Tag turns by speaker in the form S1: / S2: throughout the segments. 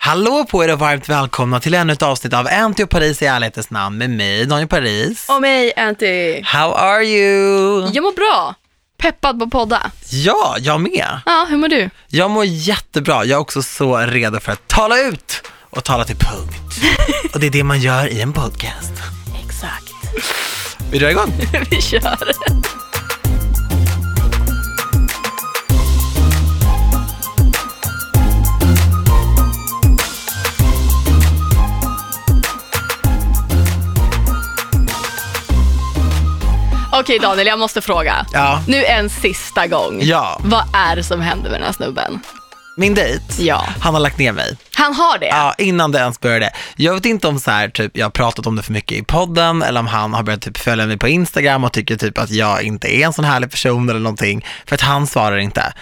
S1: Hallå på er och varmt välkomna till ännu ett avsnitt av Anty och Paris i ärlighetens namn med mig, Daniel Paris.
S2: Och mig, Anty.
S1: How are you?
S2: Jag mår bra. Peppad på podda.
S1: Ja, jag med.
S2: Ja, hur mår du?
S1: Jag mår jättebra. Jag är också så redo för att tala ut och tala till punkt. Och det är det man gör i en podcast.
S2: Exakt.
S1: Vi drar igång.
S2: Vi kör. Okej Daniel, jag måste fråga.
S1: Ja,
S2: Nu en sista gång.
S1: ja.
S2: Vad är det som händer med den här snubben?
S1: Min dejt.
S2: Ja.
S1: Han har lagt ner mig.
S2: Han har det?
S1: Ja, innan det ens började. Jag vet inte om så här, typ, jag har pratat om det för mycket i podden eller om han har börjat typ, följa mig på Instagram och tycker typ att jag inte är en sån härlig person eller någonting. För att han svarar inte.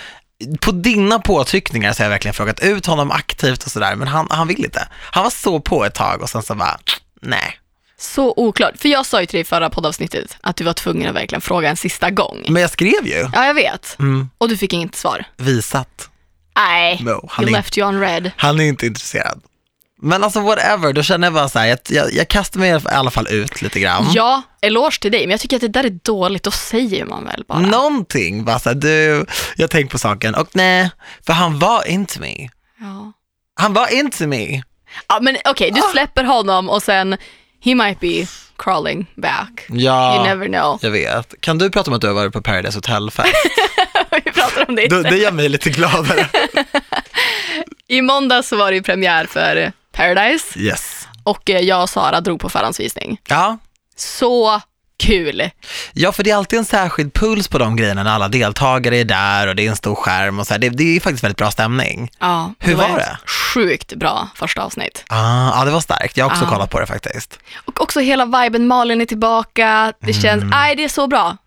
S1: På dina påtryckningar så har jag verkligen frågat ut honom aktivt och sådär, men han, han vill inte. Han var så på ett tag och sen så bara, nej.
S2: Så oklart. För jag sa ju till dig i förra poddavsnittet att du var tvungen att verkligen fråga en sista gång.
S1: Men jag skrev ju,
S2: Ja, jag vet.
S1: Mm.
S2: Och du fick inget svar.
S1: visat.
S2: Nej,
S1: No, han
S2: you
S1: är- Mm.
S2: left you on red.
S1: Han är inte intresserad. Men alltså whatever, då känner jag bara så här, jag, jag, jag kastar mig i alla fall ut lite grann.
S2: Ja, eloge till dig, men jag tycker att det där är dåligt, då säger man väl bara.
S1: Någonting, bara såhär, du, jag tänkte på saken och nej, för han var inte mig.
S2: Ja.
S1: Han var inte mig.
S2: ja, men okej, du
S1: Ah.
S2: släpper honom och sen, he might be crawling back. You
S1: Ja,
S2: never know.
S1: jag vet. Kan du prata om att du har varit på Paradise Hotel-fest?
S2: Vi pratar om det.
S1: Du- det gör mig lite gladare.
S2: I måndag så var det ju premiär för Paradise
S1: Yes.
S2: och eh, jag och Sara drog på förhandsvisning.
S1: Ja.
S2: Så kul!
S1: ja, för det är alltid en särskild puls på de grejerna när alla deltagare är där och det är en stor skärm och så här. Det, det är faktiskt väldigt bra stämning.
S2: Ja,
S1: Hur var
S2: ett
S1: det?
S2: Sjukt bra första avsnitt.
S1: Ah, ja, det var starkt. Jag har också
S2: Ah.
S1: kollat på det faktiskt.
S2: Och också hela viben, Malin är tillbaka, det
S1: Mm.
S2: känns, nej det är så bra.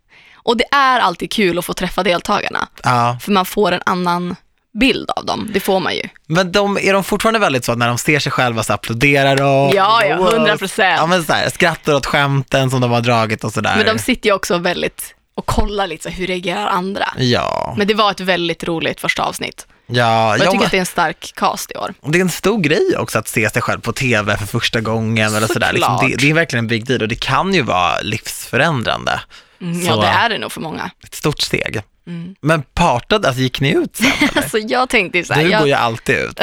S2: Och det är alltid kul att få träffa deltagarna,
S1: Ja.
S2: för man får en annan bild av dem, det får man ju.
S1: Men de, är de fortfarande väldigt så att när de ser sig själva så applåderar de?
S2: Ja, ja, 100%.
S1: Ja, men så här, skrattar åt skämten som de har dragit och sådär.
S2: Men de sitter ju också väldigt och kollar lite, så här, hur reagerar andra?
S1: Ja,
S2: Men det var ett väldigt roligt första avsnitt.
S1: ja.
S2: Och jag
S1: ja,
S2: tycker
S1: men-
S2: att det är en stark cast i år.
S1: det är en stor grej också att se sig själv på tv för första gången. Eller sådär. Liksom,
S2: Såklart.
S1: det, det är verkligen en big deal och det kan ju vara livsförändrande.
S2: Mm, Ja,
S1: Mm. Så-
S2: det är Mm. det nog för många.
S1: Ett stort steg. Men partad, alltså gick ni ut sen?
S2: Alltså jag tänkte ju så här,
S1: Du går
S2: jag,
S1: ju alltid ut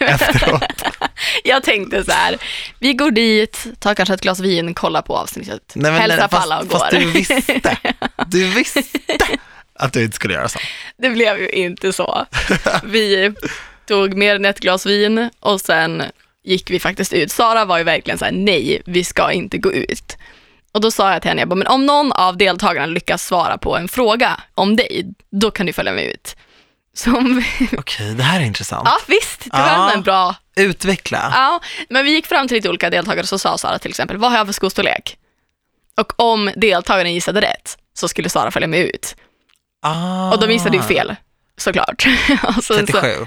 S1: efteråt.
S2: jag tänkte så här, vi går dit, tar kanske ett glas vin, kollar på avsnittet,
S1: Nej, men-
S2: hälsar på
S1: fast,
S2: alla och går.
S1: Fast du visste, du visste att du inte skulle göra så.
S2: Det blev ju inte så. Vi tog mer än ett glas vin och sen gick vi faktiskt ut. Sara var ju verkligen så här, nej, vi ska inte gå ut. Och då sa jag till henne, jag bara, men om någon av deltagarna lyckas svara på en fråga om dig, då kan du följa med ut. Så om vi,
S1: Okej, det här är intressant.
S2: ja visst, det var
S1: Ja.
S2: ändå en bra,
S1: Utveckla.
S2: ja. Men vi gick fram till lite olika deltagare och så sa Sara till exempel, vad har jag för skostorlek? Och om deltagaren gissade rätt så skulle Sara följa med ut.
S1: Ah.
S2: Och de gissade ju fel, såklart. Och sen så-
S1: 37.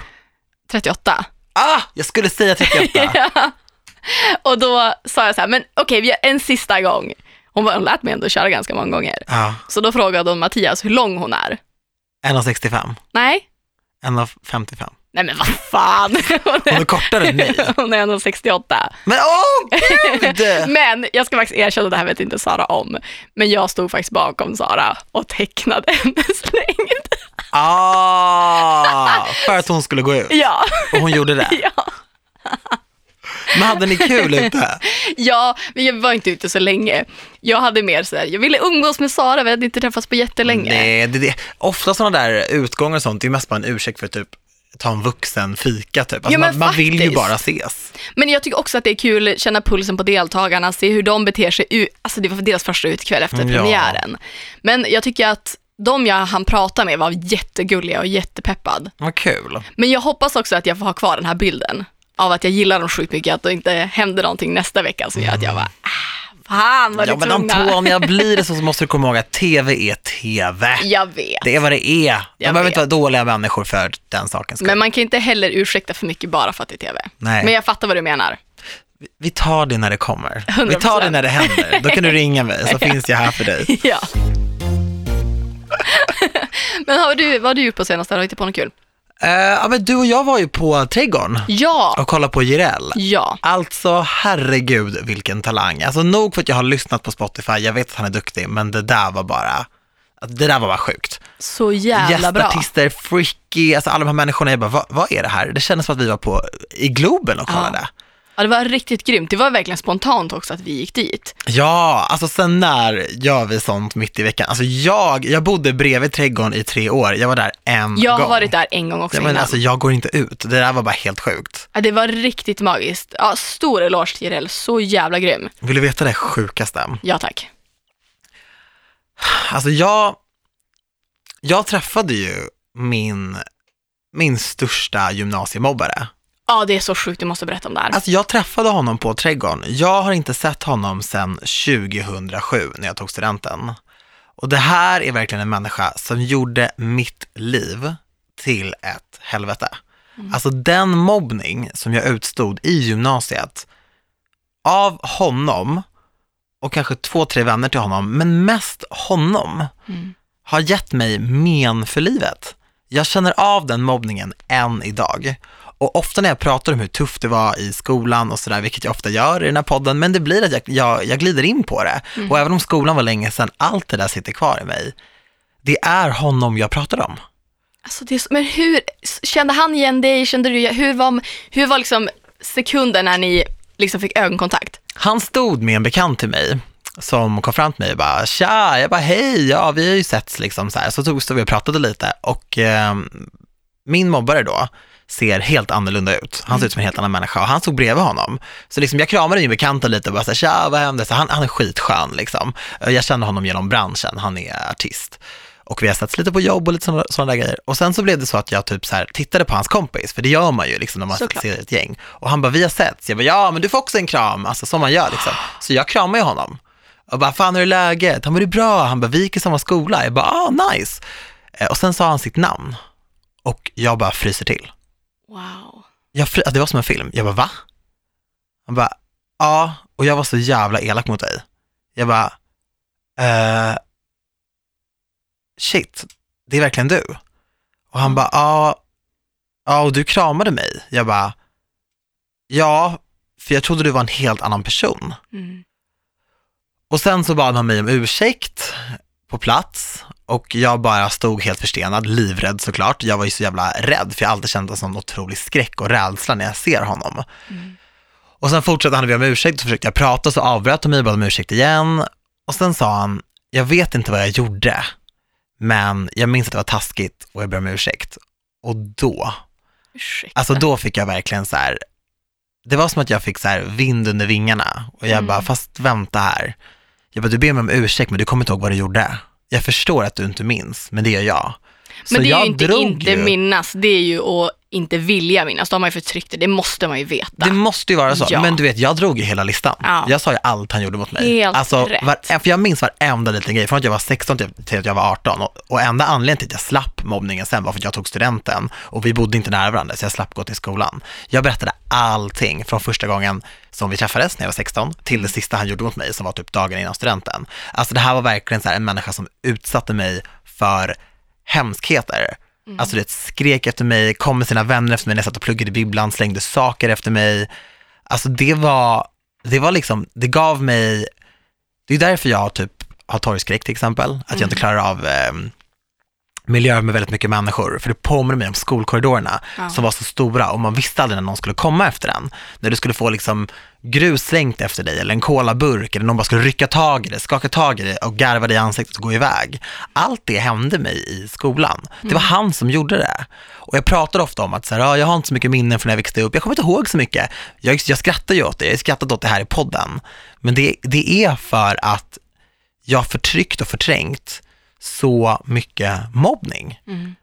S2: 38.
S1: Ah, jag skulle säga 38.
S2: Och då sa jag så här, men okej, vi gör en sista gång. Hon, var, hon lät mig ändå köra ganska många gånger.
S1: ja,
S2: Så då frågade hon Mattias hur lång hon är.
S1: 1,65.
S2: Nej,
S1: 1,55.
S2: nej men vad fan. Hon
S1: Hon är kortare än mig.
S2: hon är 168.
S1: Men åh gud!
S2: Men jag ska faktiskt erkänna, det här vet inte Sara om, men jag stod faktiskt bakom Sara och tecknade hennes längd.
S1: Ah, för att hon skulle gå ut.
S2: Ja,
S1: Och hon gjorde det.
S2: ja.
S1: Men hade ni kul ute?
S2: ja, men jag var inte ute så länge. Jag hade mer så här, jag ville umgås med Sara, vi hade inte träffats på jättelänge.
S1: Nej, det, det, ofta sådana där utgångar och sånt, det är mest bara en ursäkt för att typ ta en vuxen fika typ. Alltså,
S2: Ja, men
S1: man, man vill ju
S2: faktiskt.
S1: bara ses.
S2: Men jag tycker också att det är kul att känna pulsen på deltagarna, se hur de beter sig. u- Alltså det var deras första utekväll efter
S1: Ja.
S2: premiären. Men jag tycker att de jag hann prata med var jättegulliga och jättepeppad.
S1: Vad kul.
S2: Men jag hoppas också att jag får ha kvar den här bilden av att jag gillar dem sjukt mycket, att det inte händer någonting nästa vecka som gör att jag bara, ah, fan vad
S1: Mm. Ja,
S2: ni
S1: men
S2: tvungna.
S1: Antonija, blir det så, så måste du komma ihåg att TV är TV.
S2: Jag vet.
S1: Det är vad det är. Man
S2: Jag
S1: behöver
S2: vet.
S1: inte vara dåliga människor för den sakens skull.
S2: Men man kan inte heller ursäkta för mycket bara för att det är TV.
S1: Nej.
S2: Men jag fattar vad du menar.
S1: Vi tar det när det kommer. Vi tar det
S2: 100%.
S1: när det händer. Då kan du ringa mig så finns jag här för dig.
S2: Ja. Men har du, vad har du gjort på senaste? Har du hittat på något kul?
S1: Eh, ja, men du och jag var ju på Trädgården
S2: Ja,
S1: och kollade på Jireel.
S2: ja.
S1: Alltså herregud vilken talang. Alltså nog för att jag har lyssnat på Spotify, jag vet att han är duktig, men det där var bara, alltså, det där var bara sjukt.
S2: Så jävla bra.
S1: Gästartister, freaky, alltså alla de här människorna, jag bara, vad, vad är det här? Det kändes som att vi var på, i Globen och kollade.
S2: Ja, det var riktigt grymt. Det var verkligen spontant också att vi gick dit.
S1: Ja, alltså sen när gör vi sånt mitt i veckan? Alltså jag, jag bodde bredvid trädgården i tre år, jag var där en
S2: Jag
S1: gång.
S2: har varit där en gång också
S1: Mm, ja, men
S2: innan.
S1: alltså jag går inte ut, det där var bara helt sjukt.
S2: Ja, det var riktigt magiskt. Ja, stor eloge till Jireel, så jävla grym.
S1: Vill du veta det sjukaste?
S2: Ja tack.
S1: Alltså jag, jag träffade ju min, min största gymnasiemobbare.
S2: Ja, det är så sjukt, du måste berätta om det här.
S1: Alltså jag träffade honom på Trädgården. Jag har inte sett honom sedan 2007 när jag tog studenten. Och det här är verkligen en människa som gjorde mitt liv till ett helvete. Alltså den mobbning som jag utstod i gymnasiet av honom och kanske två, tre vänner till honom, men mest honom
S2: Mm.
S1: har gett mig men för livet. Jag känner av den mobbningen än idag. Och ofta när jag pratar om hur tufft det var i skolan och sådär, vilket jag ofta gör i den här podden, men det blir att jag, jag, jag glider in på det. Och även om skolan var länge sedan, allt det där sitter kvar i mig. Det är honom jag pratar om.
S2: Alltså, det är så, men hur, kände han igen dig? Kände du, hur var, hur var liksom sekunden när ni liksom fick ögonkontakt?
S1: Han stod med en bekant till mig som kom fram till mig och bara tja, jag bara hej, ja vi har ju setts liksom så här. Så tog stod vi och pratade lite och eh, min mobbare då ser helt annorlunda ut. Han ser ut som en helt annan människa och han stod bredvid honom. Så liksom jag kramade min bekanta lite och bara så här, tja vad hände? Så han, han är skitskön liksom. Jag känner honom genom branschen, han är artist. Och vi har setts lite på jobb och lite sådana, sådana där grejer. Och sen så blev det så att jag typ så här tittade på hans kompis, för det gör man ju liksom när man
S2: Såklart.
S1: ser ett gäng. Och han bara, vi har setts. Jag bara, ja men du får också en kram, alltså som man gör liksom. Så jag kramar ju honom. Och bara, fan hur är läget? Han bara, det är bra. Han bara, vi gick i samma skola. Jag bara, ah nice. Eh, Och sen sa han sitt namn. Och jag bara fryser till.
S2: Wow.
S1: Jag fri- alltså, det var som en film. Jag bara, va? Han bara, ja, och jag var så jävla elak mot dig. Jag bara, eh, shit, det är verkligen du. Och han bara, ja, ja, och du kramade mig. Jag bara, ja, för jag trodde du var en helt annan person.
S2: Mm.
S1: Och sen så bad han mig om ursäkt på plats och jag bara stod helt förstenad, livrädd såklart. Jag var ju så jävla rädd för jag har alltid känt en sån otrolig skräck och rädsla när jag ser honom.
S2: Mm.
S1: Och sen fortsatte han att be om ursäkt och försökte jag prata så avbröt han mig och bad om ursäkt igen. Och sen sa han, jag vet inte vad jag gjorde, men jag minns att det var taskigt och jag ber om ursäkt. Och då,
S2: Ursäkta.
S1: alltså då fick jag verkligen så här, det var som att jag fick så här vind under vingarna och jag
S2: Mm.
S1: bara, fast vänta här. Jag bara, du ber mig om ursäkt men du kommer inte ihåg vad du gjorde. Jag förstår att du inte minns, men det gör jag. Så
S2: men det är
S1: Alltså, jag
S2: ju inte
S1: drog
S2: inte
S1: ju-
S2: minnas, det är ju att inte vilja minnas. Då har man ju förtryckt det, det måste man ju veta.
S1: Det måste ju vara så.
S2: Ja.
S1: Men du vet, jag drog ju hela listan.
S2: Ja.
S1: Jag sa ju allt han gjorde mot mig.
S2: Helt
S1: alltså,
S2: rätt.
S1: Var, för jag minns varenda liten grej, från att jag var 16 till, till att jag var 18. Och, och enda anledningen till att jag slapp mobbningen sen var för att jag tog studenten och vi bodde inte nära varandra, så jag slapp gå till skolan. Jag berättade allting från första gången som vi träffades när jag var 16 till det
S2: Mm.
S1: sista han gjorde mot mig som var typ dagen innan studenten. Alltså det här var verkligen så här, en människa som utsatte mig för hemskheter.
S2: Mm.
S1: Alltså det skrek efter mig, kom med sina vänner efter mig när jag satt och pluggade i bibblan, slängde saker efter mig. Alltså det var, det var liksom, det gav mig, det är därför jag typ har torgskräck till exempel, att jag inte klarar av eh, miljöer med väldigt mycket människor, för det påminner mig om skolkorridorerna
S2: Ja.
S1: som var så stora och man visste aldrig när någon skulle komma efter en. När du skulle få liksom grus slängt efter dig eller en kolaburk eller någon bara skulle rycka tag i dig, skaka tag i dig och garva dig i ansiktet och gå iväg. Allt det hände mig i skolan. Det var han som gjorde det. Och jag pratar ofta om att så här, "Ah, jag har inte så mycket minnen från när jag växte upp, jag kommer inte ihåg så mycket. Jag, jag skrattar ju åt det, jag har skrattat åt det här i podden. Men det, det är för att jag har förtryckt och förträngt så mycket mobbning
S2: Mm.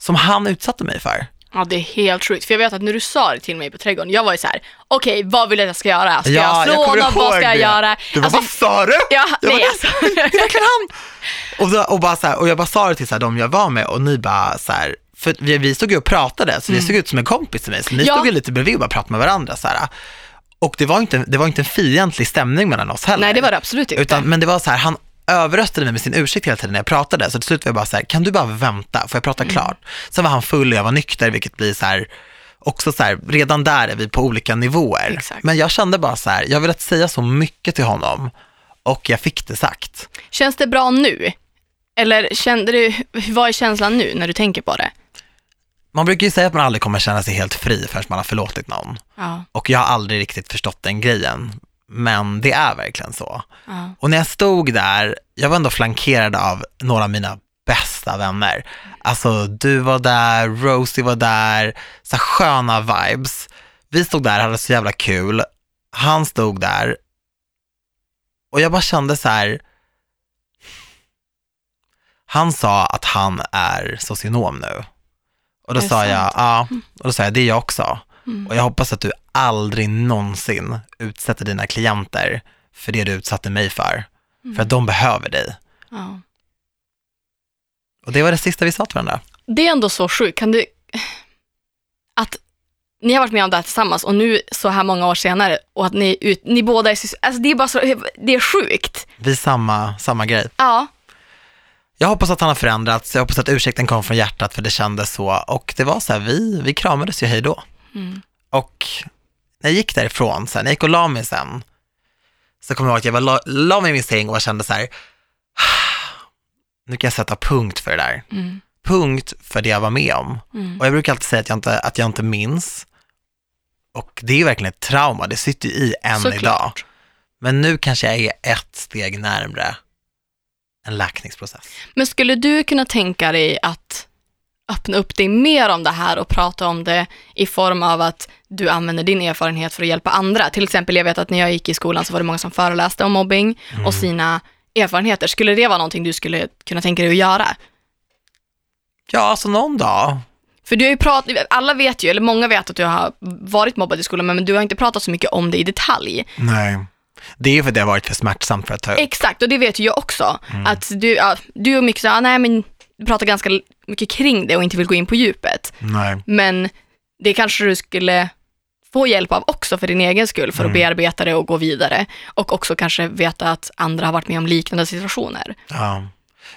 S1: som han utsatte mig för.
S2: Ja, det är helt sjukt. För jag vet att när du sa det till mig på trädgården, jag var ju så här: okej, vad vill du att jag ska göra? Ska jag slå honom? Vad ska jag göra?
S1: Du bara,
S2: Alltså,
S1: vad sa du?
S2: ja,
S1: Jag bara,
S2: nej,
S1: "Det-
S2: alltså.
S1: Det är verkligen han. Och, då, och, bara så här, och jag bara sa det till så här, de jag var med och ni bara så här, för vi, vi stod ju och pratade, så det såg ut som en kompis till mig, så ni
S2: Mm. Ja.
S1: stod ju lite bredvid och bara pratade med varandra så här. Och det var inte, det var inte en fientlig stämning mellan oss heller.
S2: nej, det var det absolut inte.
S1: Utan, men det var så här, han överröstade mig med sin ursäkt hela tiden när jag pratade. Så till slut var jag bara så här, kan du bara vänta? Får jag prata klart? Sen var han full och jag var nykter, vilket blir så här, också så här, redan där är vi på olika nivåer.
S2: Exakt.
S1: Men jag kände bara så här, jag har velat säga så mycket till honom och jag fick det sagt.
S2: Känns det bra nu? Eller kände du, vad är känslan nu när du tänker på det?
S1: Man brukar ju säga att man aldrig kommer känna sig helt fri förrän man har förlåtit någon.
S2: Ja,
S1: Och jag har aldrig riktigt förstått den grejen. Men det är verkligen så.
S2: ja.
S1: Och när jag stod där, jag var ändå flankerad av några av mina bästa vänner. Alltså du var där, Rosie var där, så här sköna vibes. Vi stod där, hade så jävla kul. Han stod där. Och jag bara kände så här. Han sa att han är socionom nu. Och då
S2: Är det
S1: sa jag,
S2: sant?
S1: ja, och då sa jag, det är jag också.
S2: Mm.
S1: Och jag hoppas att du aldrig någonsin utsätter dina klienter för det du utsatte mig för.
S2: Mm.
S1: För att de behöver dig.
S2: ja.
S1: Och det var det sista vi sa till varandra.
S2: Det är ändå så sjukt. Kan du... Att ni har varit med om det här tillsammans och nu så här många år senare och att ni, ut... ni båda är sys... Alltså det är bara så... Det är sjukt.
S1: Vi samma, samma grej.
S2: Ja.
S1: Jag hoppas att han har förändrats, jag hoppas att ursäkten kom från hjärtat för det kändes så. Och det var så här, vi, vi kramades ju hej då.
S2: Mm.
S1: Och när jag gick därifrån sen, när jag gick och la mig sen, så kommer jag ihåg att jag bara la, la mig i min säng och jag kände så här, "Ah, nu kan jag sätta punkt för det där.
S2: Mm.
S1: Punkt för det jag var med om.
S2: Mm.
S1: Och jag brukar alltid säga att jag inte, att jag inte minns. Och det är verkligen ett trauma, det sitter ju i än
S2: Såklart.
S1: idag. Men nu kanske jag är ett steg närmre en läkningsprocess.
S2: Men skulle du kunna tänka dig att öppna upp dig mer om det här och prata om det i form av att du använder din erfarenhet för att hjälpa andra? Till exempel, jag vet att när jag gick i skolan så var det många som föreläste om mobbing och sina erfarenheter. Skulle det vara någonting du skulle kunna tänka dig att göra?
S1: Ja, alltså någon dag.
S2: För du har ju pratat, alla vet ju, eller många vet att du har varit mobbad i skolan, men du har inte pratat så mycket om det i detalj.
S1: Nej. Det är för att det har varit för smärtsamt för att ta upp.
S2: Exakt, och det vet ju jag också. Att du, ja, du och Micke sa, ah, nej men du pratar ganska l- mycket kring det och inte vill gå in på djupet.
S1: Nej.
S2: Men det kanske du skulle få hjälp av också för din egen skull, för att bearbeta det och gå vidare. Och också kanske veta att andra har varit med om liknande situationer.
S1: Ja.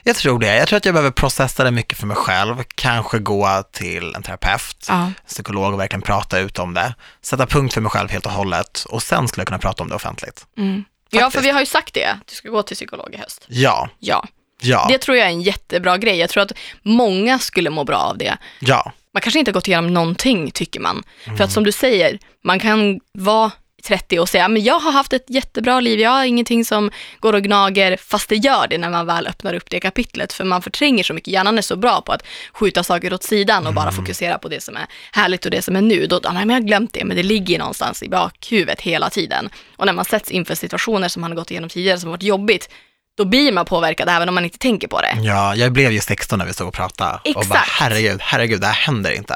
S1: Jag tror det. Jag tror att jag behöver processa det mycket för mig själv. Kanske gå till en terapeut,
S2: Ja.
S1: psykolog och verkligen prata ut om det. Sätta punkt för mig själv helt och hållet och sen skulle jag kunna prata om det offentligt.
S2: Mm. Ja, för
S1: Faktiskt.
S2: vi har ju sagt det, att du ska gå till psykolog i höst.
S1: Ja,
S2: Ja,
S1: ja,
S2: det tror jag är en jättebra grej. Jag tror att många skulle må bra av det.
S1: ja.
S2: man kanske inte har gått igenom någonting tycker man. För att som du säger, man kan vara 30 och säga, men jag har haft ett jättebra liv, jag har ingenting som går och gnager, fast det gör det när man väl öppnar upp det kapitlet, för man förtränger så mycket, hjärnan är så bra på att skjuta saker åt sidan och bara fokusera på det som är härligt och det som är nu. Då, "Ah, nej, men jag har glömt det, men det ligger någonstans i bakhuvudet hela tiden. Och när man sätts inför situationer som man har gått igenom tidigare som har varit jobbigt, då blir man påverkad även om man inte tänker på det.
S1: Ja, jag blev ju 16 när vi stod och pratade och bara
S2: Exakt.
S1: herregud, herregud, det här händer inte.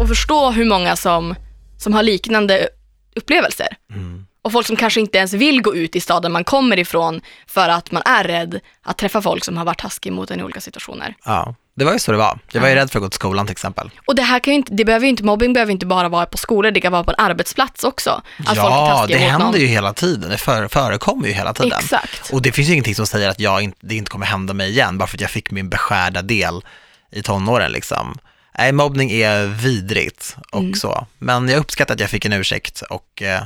S2: och förstå hur många som, som har liknande upplevelser.
S1: Mm.
S2: Och folk som kanske inte ens vill gå ut i staden man kommer ifrån för att man är rädd att träffa folk som har varit taskiga mot en i olika situationer.
S1: Ja, det var ju så det var. Jag var ju rädd för att gå till skolan till exempel.
S2: Och det här kan ju inte, det behöver ju inte, mobbing behöver inte bara vara på skolor, det kan vara på en arbetsplats också. Att Alltså, folk är
S1: ja,
S2: taskiga
S1: det
S2: mot
S1: händer
S2: någon.
S1: ju hela tiden. Det för, förekommer ju hela tiden.
S2: Exakt.
S1: Och det finns ju ingenting som säger att jag inte, det inte kommer hända mig igen, bara för att jag fick min beskärda del i tonåren liksom. Nej, mobbning är vidrigt och så. Men jag uppskattar att jag fick en ursäkt och eh,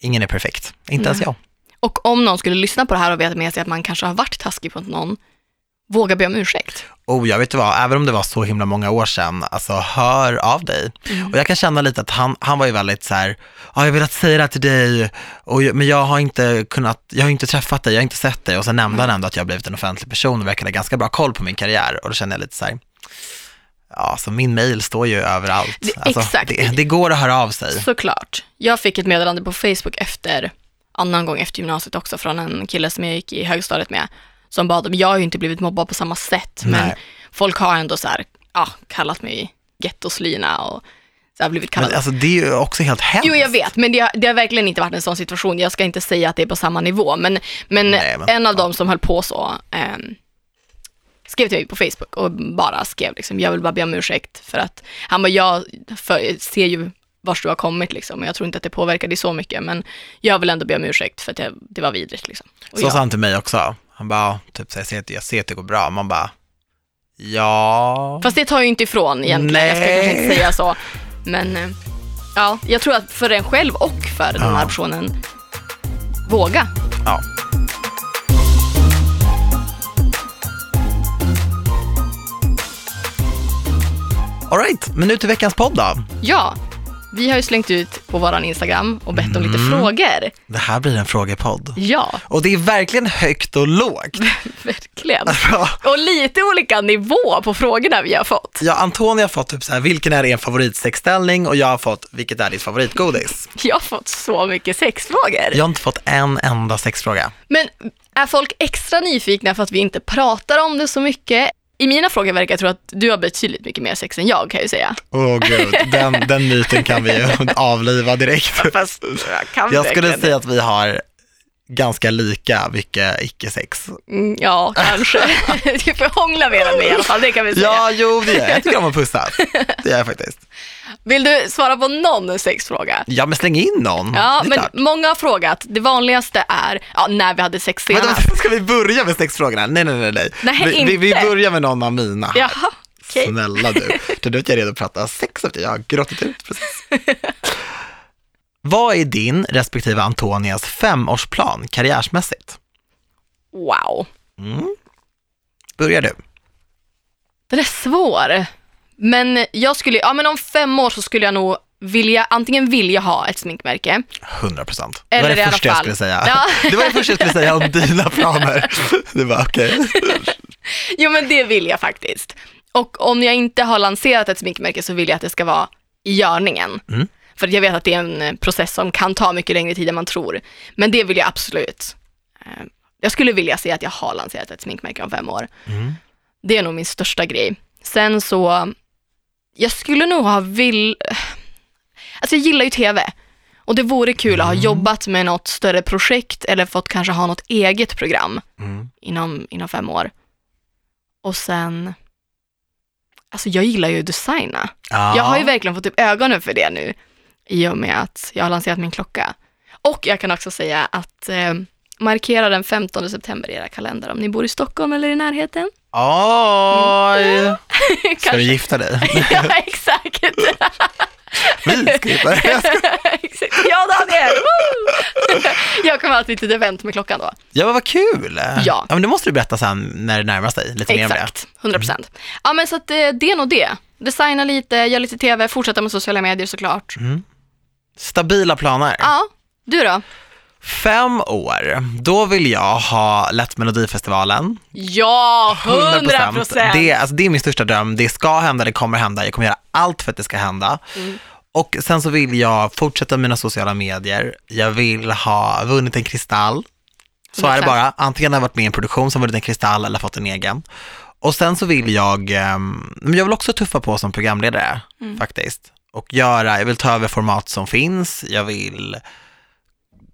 S1: ingen är perfekt. Inte ens jag.
S2: Och om någon skulle lyssna på det här och veta med sig att man kanske har varit taskig mot någon, våga be om ursäkt.
S1: Oh, jag vet du vad, även om det var så himla många år sedan, alltså hör av dig.
S2: Mm.
S1: Och jag kan känna lite att han, han var ju väldigt så här, ja jag har velat säga det här till dig, och, jag- men jag har inte kunnat, jag har inte träffat dig, jag har inte sett dig. Och sen nämnde han ändå att jag har blivit en offentlig person och verkar ha ganska bra koll på min karriär. Och då känner jag lite så här, ja så min mail står ju överallt. Alltså,
S2: Det- exakt.
S1: Det, det går att höra av sig.
S2: Såklart. Jag fick ett meddelande på Facebook efter, annan gång efter gymnasiet också, från en kille som jag gick i högstadiet med, som bad om, jag har ju inte blivit mobbad på samma sätt, men
S1: Nej.
S2: folk har ändå så här, ja, kallat mig gettoslyna och så här blivit kallad.
S1: Men alltså det är ju också helt hemskt.
S2: Jo, jag vet, men det har, det har verkligen inte varit en sån situation. Jag ska inte säga att det är på samma nivå, men, men,
S1: Nej, men-
S2: en av dem som höll på så ehm, skrev till mig på Facebook och bara skrev liksom, jag vill bara be om ursäkt för att han bara, jag för, ser ju vars du har kommit liksom. Jag tror inte att det påverkar dig så mycket, men jag vill ändå be om ursäkt för att jag, det var vidrigt liksom. Och
S1: Så
S2: jag,
S1: sa han till mig också. Han bara, ja, typ så jag ser, att- jag ser att det går bra. Man bara, ja.
S2: Fast det tar ju inte ifrån egentligen, jag ska
S1: Nej.
S2: kanske inte säga så. Men eh, ja, jag tror att för en själv och för den här
S1: Ja.
S2: personen, våga.
S1: ja. Alright, men nu till veckans podd då.
S2: Ja, vi har ju slängt ut på våran Instagram och bett om lite
S1: Mm.
S2: frågor.
S1: Det här blir en frågepodd.
S2: Ja,
S1: Och det är verkligen högt och lågt.
S2: verkligen.
S1: Bra.
S2: Och lite olika nivå på frågorna vi har fått.
S1: Ja, Antonija har fått typ så här, vilken är er favoritsexställning? Och jag har fått, vilket är ditt favoritgodis?
S2: Jag har fått så mycket sexfrågor.
S1: Jag har inte fått en enda sexfråga.
S2: Men är folk extra nyfikna för att vi inte pratar om det så mycket? I mina frågor verkar jag tro att du har betydligt mycket mer sex än jag kan jag ju säga.
S1: Åh oh, gud, den, den myten kan vi ju avliva direkt.
S2: Fast jag kan
S1: Jag skulle
S2: verkligen-
S1: säga att vi har ganska lika mycket icke-sex.
S2: Mm, Ja, kanske. du får hångla mer än mig i alla fall, det kan vi säga.
S1: Ja, jo, vi är. jag tycker om att pussa. Det gör jag faktiskt.
S2: Vill du svara på någon sexfråga?
S1: Ja, men släng in någon.
S2: Ja,
S1: Det är
S2: men
S1: klart.
S2: många har frågat. Det vanligaste är ja, när vi hade sex
S1: Vänta,
S2: senast.
S1: vänta, ska vi börja med sexfrågorna? Nej, nej, nej. nej.
S2: Nej,
S1: vi, vi, vi
S2: inte.
S1: börjar med någon av mina. här.
S2: Jaha, okej.
S1: Snälla du, du vet jag är redo att prata sex efter jag har grottat ut precis. Vad är din respektive Antonias femårsplan karriärsmässigt?
S2: Wow.
S1: Börjar du?
S2: Den är svår. Men jag skulle, ja men om fem år så skulle jag nog vilja, antingen vilja ha ett sminkmärke.
S1: 100 procent. Det
S2: Eller
S1: var
S2: i
S1: det
S2: alla
S1: första jag
S2: fall.
S1: skulle säga.
S2: Ja.
S1: Det var det första jag skulle säga om dina planer. Det var okej.
S2: Jo men det vill jag faktiskt. Och om jag inte har lanserat ett sminkmärke så vill jag att det ska vara i görningen.
S1: Mm.
S2: För jag vet att det är en eh, process som kan ta mycket längre tid än man tror. Men det vill jag absolut. Eh, Jag skulle vilja se att jag har lanserat ett sminkmärke om fem år. Det är nog min största grej. Sen så, jag skulle nog ha vill... Alltså jag gillar ju tv. Och det vore kul
S1: Mm.
S2: att ha jobbat med något större projekt eller fått kanske ha något eget program
S1: Mm.
S2: inom, inom fem år. Och sen, alltså jag gillar ju att designa.
S1: Ja.
S2: Jag har ju verkligen fått upp ögonen för det nu i och med att jag har lanserat min klocka. Och jag kan också säga att eh, markera den 15 september i era kalendrar om ni bor i Stockholm eller i närheten.
S1: Oj!
S2: Mm.
S1: Ska
S2: Kanske.
S1: du gifta dig?
S2: ja, exakt.
S1: Vi ska gifta dig.
S2: exakt. Ja, Daniel! Woo! jag kommer ha ett litet event med klockan då.
S1: Ja, men vad kul!
S2: Ja.
S1: men det måste du berätta sen när det närmar sig, lite mer om det.
S2: Exakt, 100 procent. Ja, men så att, eh, det är nog det. Designa lite, gör lite tv, fortsätta med sociala medier såklart.
S1: Stabila planer.
S2: Ja, du då?
S1: Fem år, då vill jag ha lett Melodifestivalen.
S2: Ja, 100
S1: Det,
S2: procent.
S1: är- alltså, det är min största dröm. Det ska hända, det kommer hända. Jag kommer göra allt för att det ska hända.
S2: Mm.
S1: Och sen så vill jag fortsätta med mina sociala medier. Jag vill ha vunnit en kristall. Så är det
S2: 100%.
S1: bara. Antingen har jag varit med i en produktion som vunnit en kristall eller fått en egen. Och sen så vill jag, ehm, men jag vill också tuffa på som programledare faktiskt. Och göra, jag vill ta över format som finns, jag vill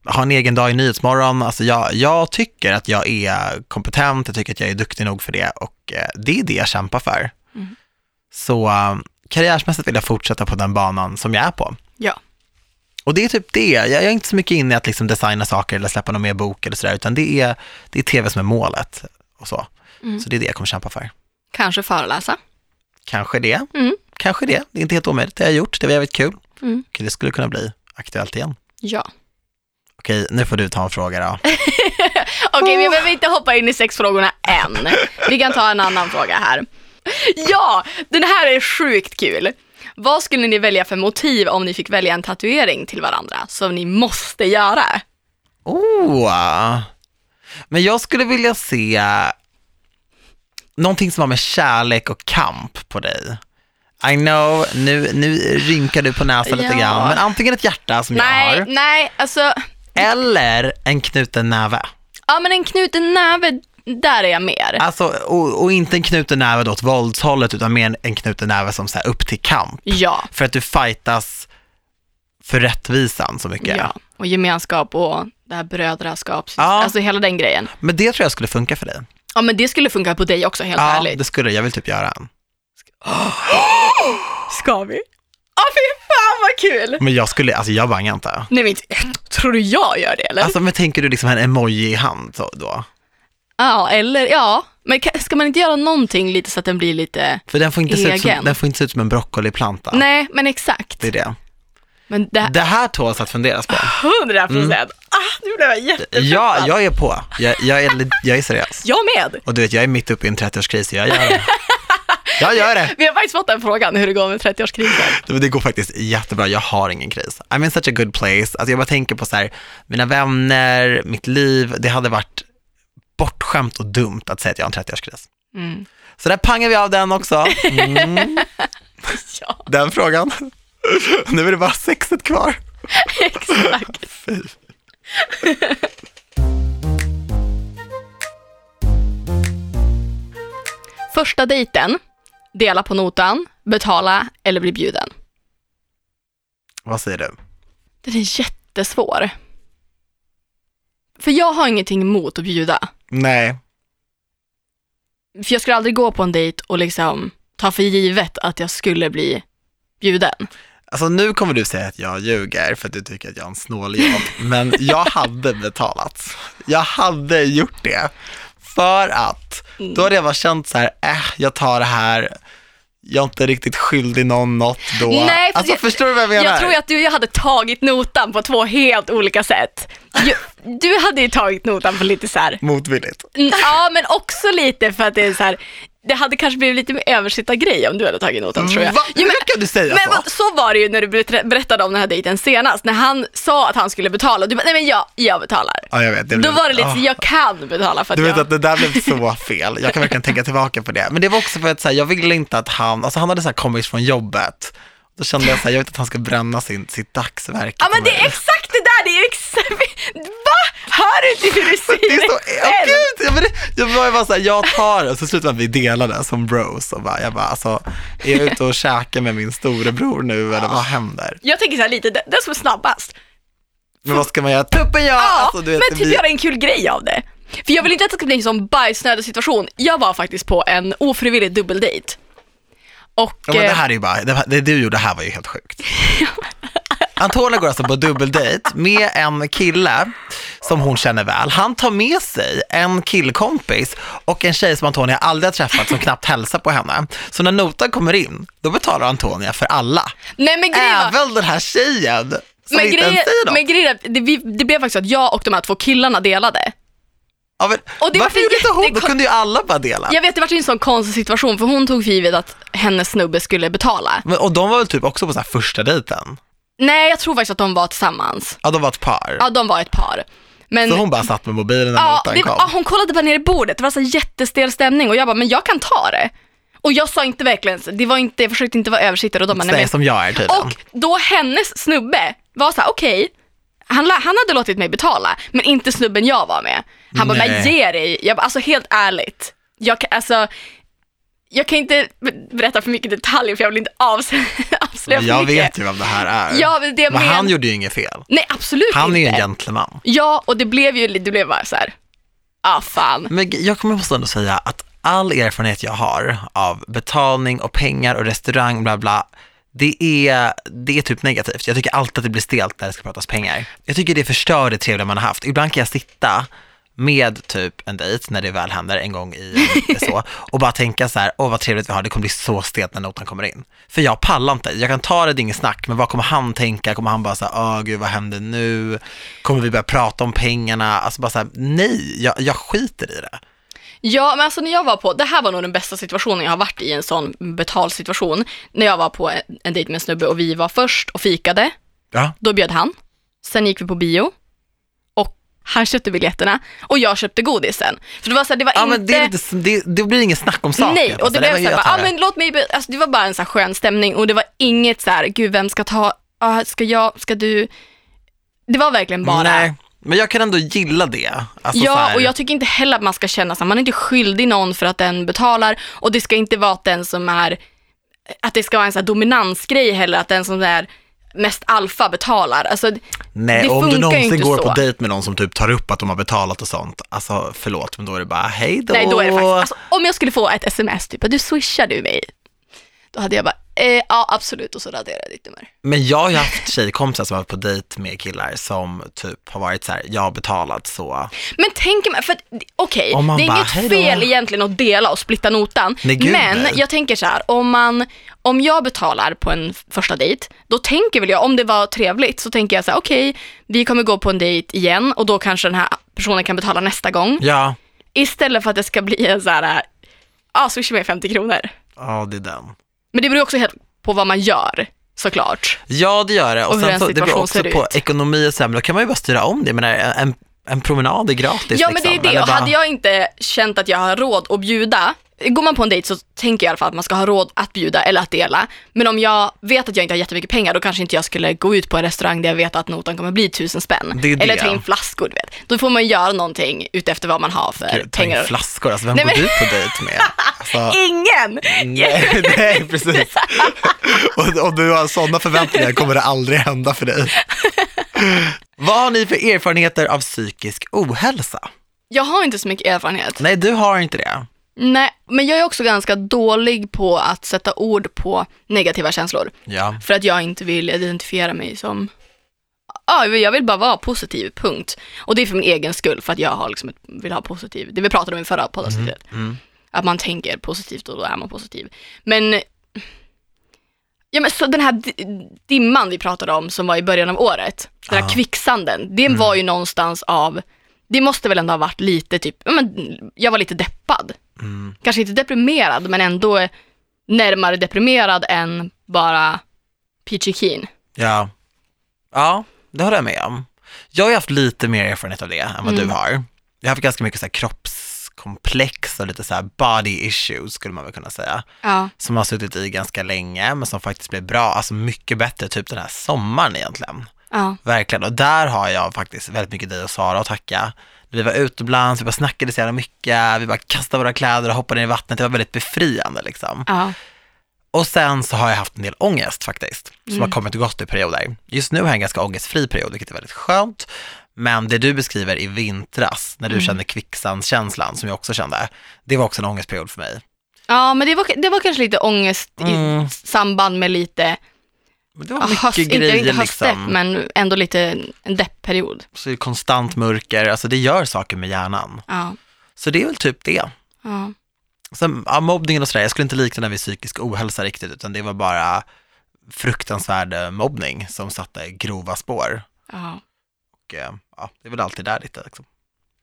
S1: ha en egen dag i Nyhetsmorgon. Alltså jag, jag tycker att jag är kompetent, jag tycker att jag är duktig nog för det och eh, det är det jag kämpar för. Så eh, karriärsmässigt vill jag fortsätta på den banan som jag är på.
S2: Ja.
S1: Och det är typ det, jag, jag är inte så mycket inne i att liksom designa saker eller släppa någon mer bok eller sådär, utan det är, det är tv som är målet och så.
S2: Mm.
S1: Så det är det jag kommer kämpa för.
S2: Kanske föreläsa.
S1: Kanske det,
S2: Mm.
S1: kanske det, det är inte helt omöjligt, det har jag gjort, det var jävligt kul.
S2: Mm.
S1: Okej, Det skulle kunna bli aktuellt igen.
S2: Ja.
S1: Okej, nu får du ta en fråga då.
S2: Okej, vi behöver inte hoppa in i sexfrågorna än. Vi kan ta en annan fråga här. Ja, den här är sjukt kul. Vad skulle ni välja för motiv om ni fick välja en tatuering till varandra som ni måste göra?
S1: Oh. Men jag skulle vilja se någonting som har med kärlek och kamp på dig. I know, nu, nu rynkar du på näsan lite
S2: Ja.
S1: grann, men antingen ett hjärta som jag
S2: Nej,
S1: har,
S2: nej, alltså
S1: eller en knuten näve.
S2: Ja, men en knuten näve, där är jag mer.
S1: Alltså, och, och inte en knuten näve då åt våldshållet, utan mer en- en knuten näve som så här upp till kamp.
S2: Ja.
S1: För att du fightas för rättvisan så mycket.
S2: ja. Och gemenskap och det här brödraskap,
S1: Ja.
S2: alltså hela den grejen.
S1: Men det tror jag skulle funka för dig.
S2: Ja, men det skulle funka på dig också, helt
S1: Ja,
S2: ärligt.
S1: det skulle jag. Jag vill typ göra en.
S2: Ska vi? Ja, fy fan vad vad kul!
S1: Men jag skulle, alltså jag bangar inte.
S2: Nej men inte, tror du jag gör det eller?
S1: Alltså men tänker du liksom en emoji i hand så, då?
S2: Ja, eller ja. Men ka- ska man inte göra någonting lite så att den blir lite...
S1: För den får inte, se ut som,
S2: Egen.
S1: den får inte se ut som en broccoliplanta.
S2: Nej, men exakt.
S1: Det är det.
S2: Men det här,
S1: Det här tåls att funderas på.
S2: 100 procent. Ah, nu blev jag jättepeppad.
S1: Ja, jag är på. Jag, jag, är, li- jag är seriös.
S2: Jag med.
S1: Och du vet, jag är mitt uppe i en 30-årskris, så jag gör det. Jag gör det!
S2: Vi har faktiskt fått den frågan hur det går med 30-årskrisen.
S1: Det det går faktiskt jättebra, jag har ingen kris. I'm in such a good place. Alltså jag bara tänker på så här, mina vänner, mitt liv, det hade varit bortskämt och dumt att säga att jag har en 30-årskris.
S2: Mm.
S1: Så där pangar vi av den också. Mm,
S2: Ja,
S1: den frågan. Nu är det bara sexet kvar.
S2: exakt. Första dejten, dela på notan, betala eller bli bjuden.
S1: Vad säger du?
S2: Den är jättesvår. För jag har ingenting emot att bjuda.
S1: Nej,
S2: För jag skulle aldrig gå på en dejt och liksom ta för givet att jag skulle bli bjuden.
S1: alltså nu kommer du säga att jag ljuger för att du tycker att jag är en snåljåp, men jag hade betalat. Jag hade gjort det. För att,
S2: Mm.
S1: då hade jag bara känt så här, äh, jag tar det här, jag är inte riktigt skyldig någon något då.
S2: Nej, för
S1: alltså
S2: jag-
S1: förstår du vad jag menar?
S2: Jag tror att du och jag hade tagit notan på två helt olika sätt. Ju- Du hade ju tagit notan på lite så här,
S1: Motvilligt.
S2: Mm, Ja, men också lite för att det är så här, det hade kanske blivit lite mer översitta grej om du hade tagit notan tror jag.
S1: Va? Hur kan du säga
S2: Mm, Men
S1: så?
S2: vad- så var det ju när du berätt- berättade om den här dejten senast, när han sa att han skulle betala och du bara, nej men jag, jag betalar.
S1: Ja, jag vet. Det
S2: Då
S1: blev-
S2: var det lite,
S1: Ah.
S2: så, jag kan betala för att
S1: Du vet
S2: jag...
S1: att det där blev så fel. Jag kan verkligen tänka tillbaka på det. Men det var också för att så här, jag ville inte att han, alltså han hade så här kommit från jobbet. Då kände jag så här, jag vet att han ska bränna sin, sitt dagsverke
S2: Ja
S1: på
S2: men det
S1: mig.
S2: är exakt det där, det är ju exakt, va? Hör du inte hur du säger
S1: det är så, åh
S2: själv?
S1: gud, jag, men det, jag var ju bara såhär, jag tar det. och så slutade vi delade som bros och bara, jag bara alltså, är jag ute och käkar med min storebror nu eller vad händer?
S2: Jag tänker så här lite, den den som är snabbast,
S1: Men vad ska man göra? Tuppen jag!
S2: ja,
S1: Alltså, du vet,
S2: men typ
S1: vi-
S2: göra en kul grej av det. För jag vill inte att det ska bli en sån bajsnödig situation. Jag var faktiskt på en ofrivillig dubbeldejt. Och,
S1: Ja, men det
S2: eh,
S1: här är ju bara, det, det du gjorde här var ju helt sjukt. Antonija går alltså på dubbeldejt med en kille som hon känner väl. Han tar med sig en killkompis och en tjej som Antonija aldrig har träffat som knappt hälsar på henne. Så när notan kommer in, då betalar Antonija för alla.
S2: nej men grejen var-
S1: Även den här tjejen som
S2: men
S1: inte
S2: grejen,
S1: ens säger något.
S2: men grejen är att det, vi, det blev faktiskt så att jag och de här två killarna delade.
S1: ja, men,
S2: och det var
S1: varför
S2: för
S1: gjorde inte hon? Då
S2: jättekon-
S1: kunde ju alla bara dela.
S2: Jag vet, det var ju en sån konstig situation för hon tog för givet att hennes snubbe skulle betala.
S1: Men, och de var väl typ också på så här första dejten?
S2: Nej, jag tror faktiskt att de var tillsammans.
S1: Ja, de var ett par.
S2: Ja, de var ett par. Men,
S1: Så hon bara satt med mobilen när
S2: ja,
S1: notan
S2: det,
S1: kom.
S2: ja, hon kollade bara ner i bordet, det var så här jättestel stämning och jag bara, men jag kan ta det. Och jag sa inte verkligen, det var inte, jag försökte inte vara översittare och de bara, nej,
S1: Nej,
S2: men
S1: som jag är tydligen.
S2: Och då hennes snubbe var så här: okej, han, la- han hade låtit mig betala, men inte snubben jag var med. Han bara,
S1: Nej.
S2: men ge dig. Jag bara, alltså helt ärligt. Jag kan, alltså, jag kan inte be- berätta för mycket detaljer för jag vill inte avs- avslöja
S1: Men
S2: för
S1: jag
S2: mycket.
S1: vet ju vem det här är.
S2: Ja, men det
S1: men
S2: men-
S1: han gjorde ju inget fel.
S2: Nej, absolut
S1: Han är ju
S2: inte.
S1: en gentleman.
S2: Ja, och det blev ju det blev bara så här. ah fan.
S1: Men jag kommer måste ändå säga att all erfarenhet jag har av betalning och pengar och restaurang, bla bla, det är, det är typ negativt. Jag tycker alltid att det blir stelt när det ska pratas pengar. Jag tycker det förstör det trevliga man har haft. Ibland kan jag sitta med typ en dejt, när det väl händer en gång i så, och bara tänka så här, åh vad trevligt vi har, det kommer bli så stelt när notan kommer in. För jag pallar inte, jag kan ta det, det är inget snack, men vad kommer han tänka? Kommer han bara så här, åh gud vad händer nu? Kommer vi börja prata om pengarna? Alltså bara så här, nej, jag, jag skiter i det.
S2: Ja, men alltså när jag var på, det här var nog den bästa situationen jag har varit i en sån betalsituation. När jag var på en, en dejt med en snubbe och vi var först och fikade.
S1: Ja.
S2: Då bjöd han. Sen gick vi på bio. Och han köpte biljetterna och jag köpte godisen. För det var så här, det var
S1: Ja
S2: inte...
S1: men det, är lite, det, det blir inget snack om saken. Alltså,
S2: Nej, och det, blev
S1: var ju
S2: så
S1: att
S2: här, bara,
S1: höra.
S2: ah, men låt mig, be- alltså, det var bara en så här skön stämning och det var inget så här, gud vem ska ta, ah, ska jag, ska du? Det var verkligen bara,
S1: Nej, men jag kan ändå gilla det. Alltså, så
S2: ja
S1: här,
S2: och jag tycker inte heller att man ska känna så här, man är inte skyldig någon för att den betalar och det ska inte vara att den som är, att det ska vara en så här dominansgrej heller, att den som är mest alfa betalar. Alltså,
S1: nej,
S2: det
S1: och om du
S2: funkar ju
S1: någonsin
S2: inte
S1: går
S2: så.
S1: på dejt med någon som typ tar upp att de har betalat och sånt, alltså förlåt, men då är det bara hej då.
S2: Nej, då är det faktiskt, alltså, om jag skulle få ett sms, typ, du swishar du mig? Då hade jag bara, Eh, ja, absolut. Och så raderar jag ditt nummer.
S1: Men jag har ju haft tjejkompisar som har varit på dejt med killar som typ har varit så här, jag har betalat så.
S2: Men tänker man, för att, okej,
S1: Om man
S2: det är
S1: bara, "Hej
S2: inget
S1: då."
S2: fel egentligen att dela och splitta notan.
S1: Nej, gud,
S2: men
S1: nej.
S2: jag tänker så här, om, man, om jag betalar på en f- första dejt, då tänker väl jag, om det var trevligt, så tänker jag så här, okej, vi kommer gå på en dejt igen och då kanske den här personen kan betala nästa gång.
S1: Ja,
S2: Istället för att det ska bli en så här, äh, ja, swisha mig 50 kronor.
S1: ja det är den.
S2: Men det beror också helt på vad man gör, såklart.
S1: Ja det gör det. Och,
S2: Och hur
S1: sen
S2: en
S1: så, det beror
S2: situation
S1: också
S2: ser
S1: på
S2: ut.
S1: ekonomi och så här, men då kan man ju bara styra om det. Jag menar, en, en promenad är gratis
S2: Ja men
S1: liksom.
S2: det är det,
S1: Eller
S2: och
S1: bara-
S2: hade jag inte känt att jag har råd att bjuda, går man på en dejt så tänker jag i alla fall att man ska ha råd att bjuda eller att dela. Men om jag vet att jag inte har jättemycket pengar, då kanske inte jag skulle gå ut på en restaurang där jag vet att notan kommer bli tusen spänn.
S1: Det är det.
S2: Eller ta in flaskor, du vet. Då får man göra någonting utefter vad man har för
S1: Gud, ta in
S2: pengar.
S1: flaskor, alltså vem
S2: Nej,
S1: går
S2: men-
S1: du på dejt med? Alltså,
S2: Ingen!
S1: nej, nej, precis. Och om du har sådana förväntningar kommer det aldrig hända för dig. Vad har ni för erfarenheter av psykisk ohälsa?
S2: Jag har inte så mycket erfarenhet.
S1: Nej, du har inte det.
S2: Nej, men jag är också ganska dålig på att sätta ord på negativa känslor.
S1: Ja.
S2: För att jag inte vill identifiera mig som, ja, jag vill bara vara positiv, punkt. Och det är för min egen skull, för att jag har liksom ett, vill ha positiv, det vi pratade om i förra poddavsnittet.
S1: mm.
S2: Att man tänker positivt och då är man positiv. Men, ja men så den här di- dimman vi pratade om som var i början av året, den här
S1: Ah.
S2: kvicksanden, det var ju någonstans av, det måste väl ändå ha varit lite typ, ja, men jag var lite deppad.
S1: Mm.
S2: Kanske inte deprimerad, men ändå närmare deprimerad än bara peachy keen.
S1: Ja. ja, det håller jag med om. Jag har ju haft lite mer erfarenhet av det än vad du har. Jag har haft ganska mycket så här kroppskomplex och lite så här body issues skulle man väl kunna säga.
S2: Ja.
S1: Som har suttit i ganska länge men som faktiskt blev bra, alltså mycket bättre typ den här sommaren egentligen.
S2: ja.
S1: Verkligen, och där har jag faktiskt väldigt mycket dig och Sara att tacka. Vi var utomlands, vi bara snackade så jävla mycket, vi bara kastade våra kläder och hoppade ner i vattnet, det var väldigt befriande liksom.
S2: ja.
S1: Och sen så har jag haft en del ångest faktiskt, som
S2: Mm.
S1: har kommit och gått i perioder. Just nu har jag en ganska ångestfri period, vilket är väldigt skönt. Men det du beskriver i vintras, när du
S2: Mm.
S1: kände kvicksandskänslan, som jag också kände, det var också en ångestperiod för mig.
S2: ja men det var, det var kanske lite ångest i
S1: Mm.
S2: samband med lite,
S1: Men det var
S2: ja,
S1: mycket
S2: höst, inte,
S1: grejer
S2: inte höstdepp,
S1: liksom.
S2: men ändå lite en deppperiod.
S1: Så det är konstant mörker, alltså det gör saker med hjärnan.
S2: Ja.
S1: Så det är väl typ det.
S2: Ja.
S1: Sen, ja, mobbningen och sådär, jag skulle inte likna den vid psykisk ohälsa riktigt, utan det var bara fruktansvärd eh, mobbning som satte grova spår.
S2: Ja.
S1: Och, eh, ja, det är väl alltid där lite. Liksom.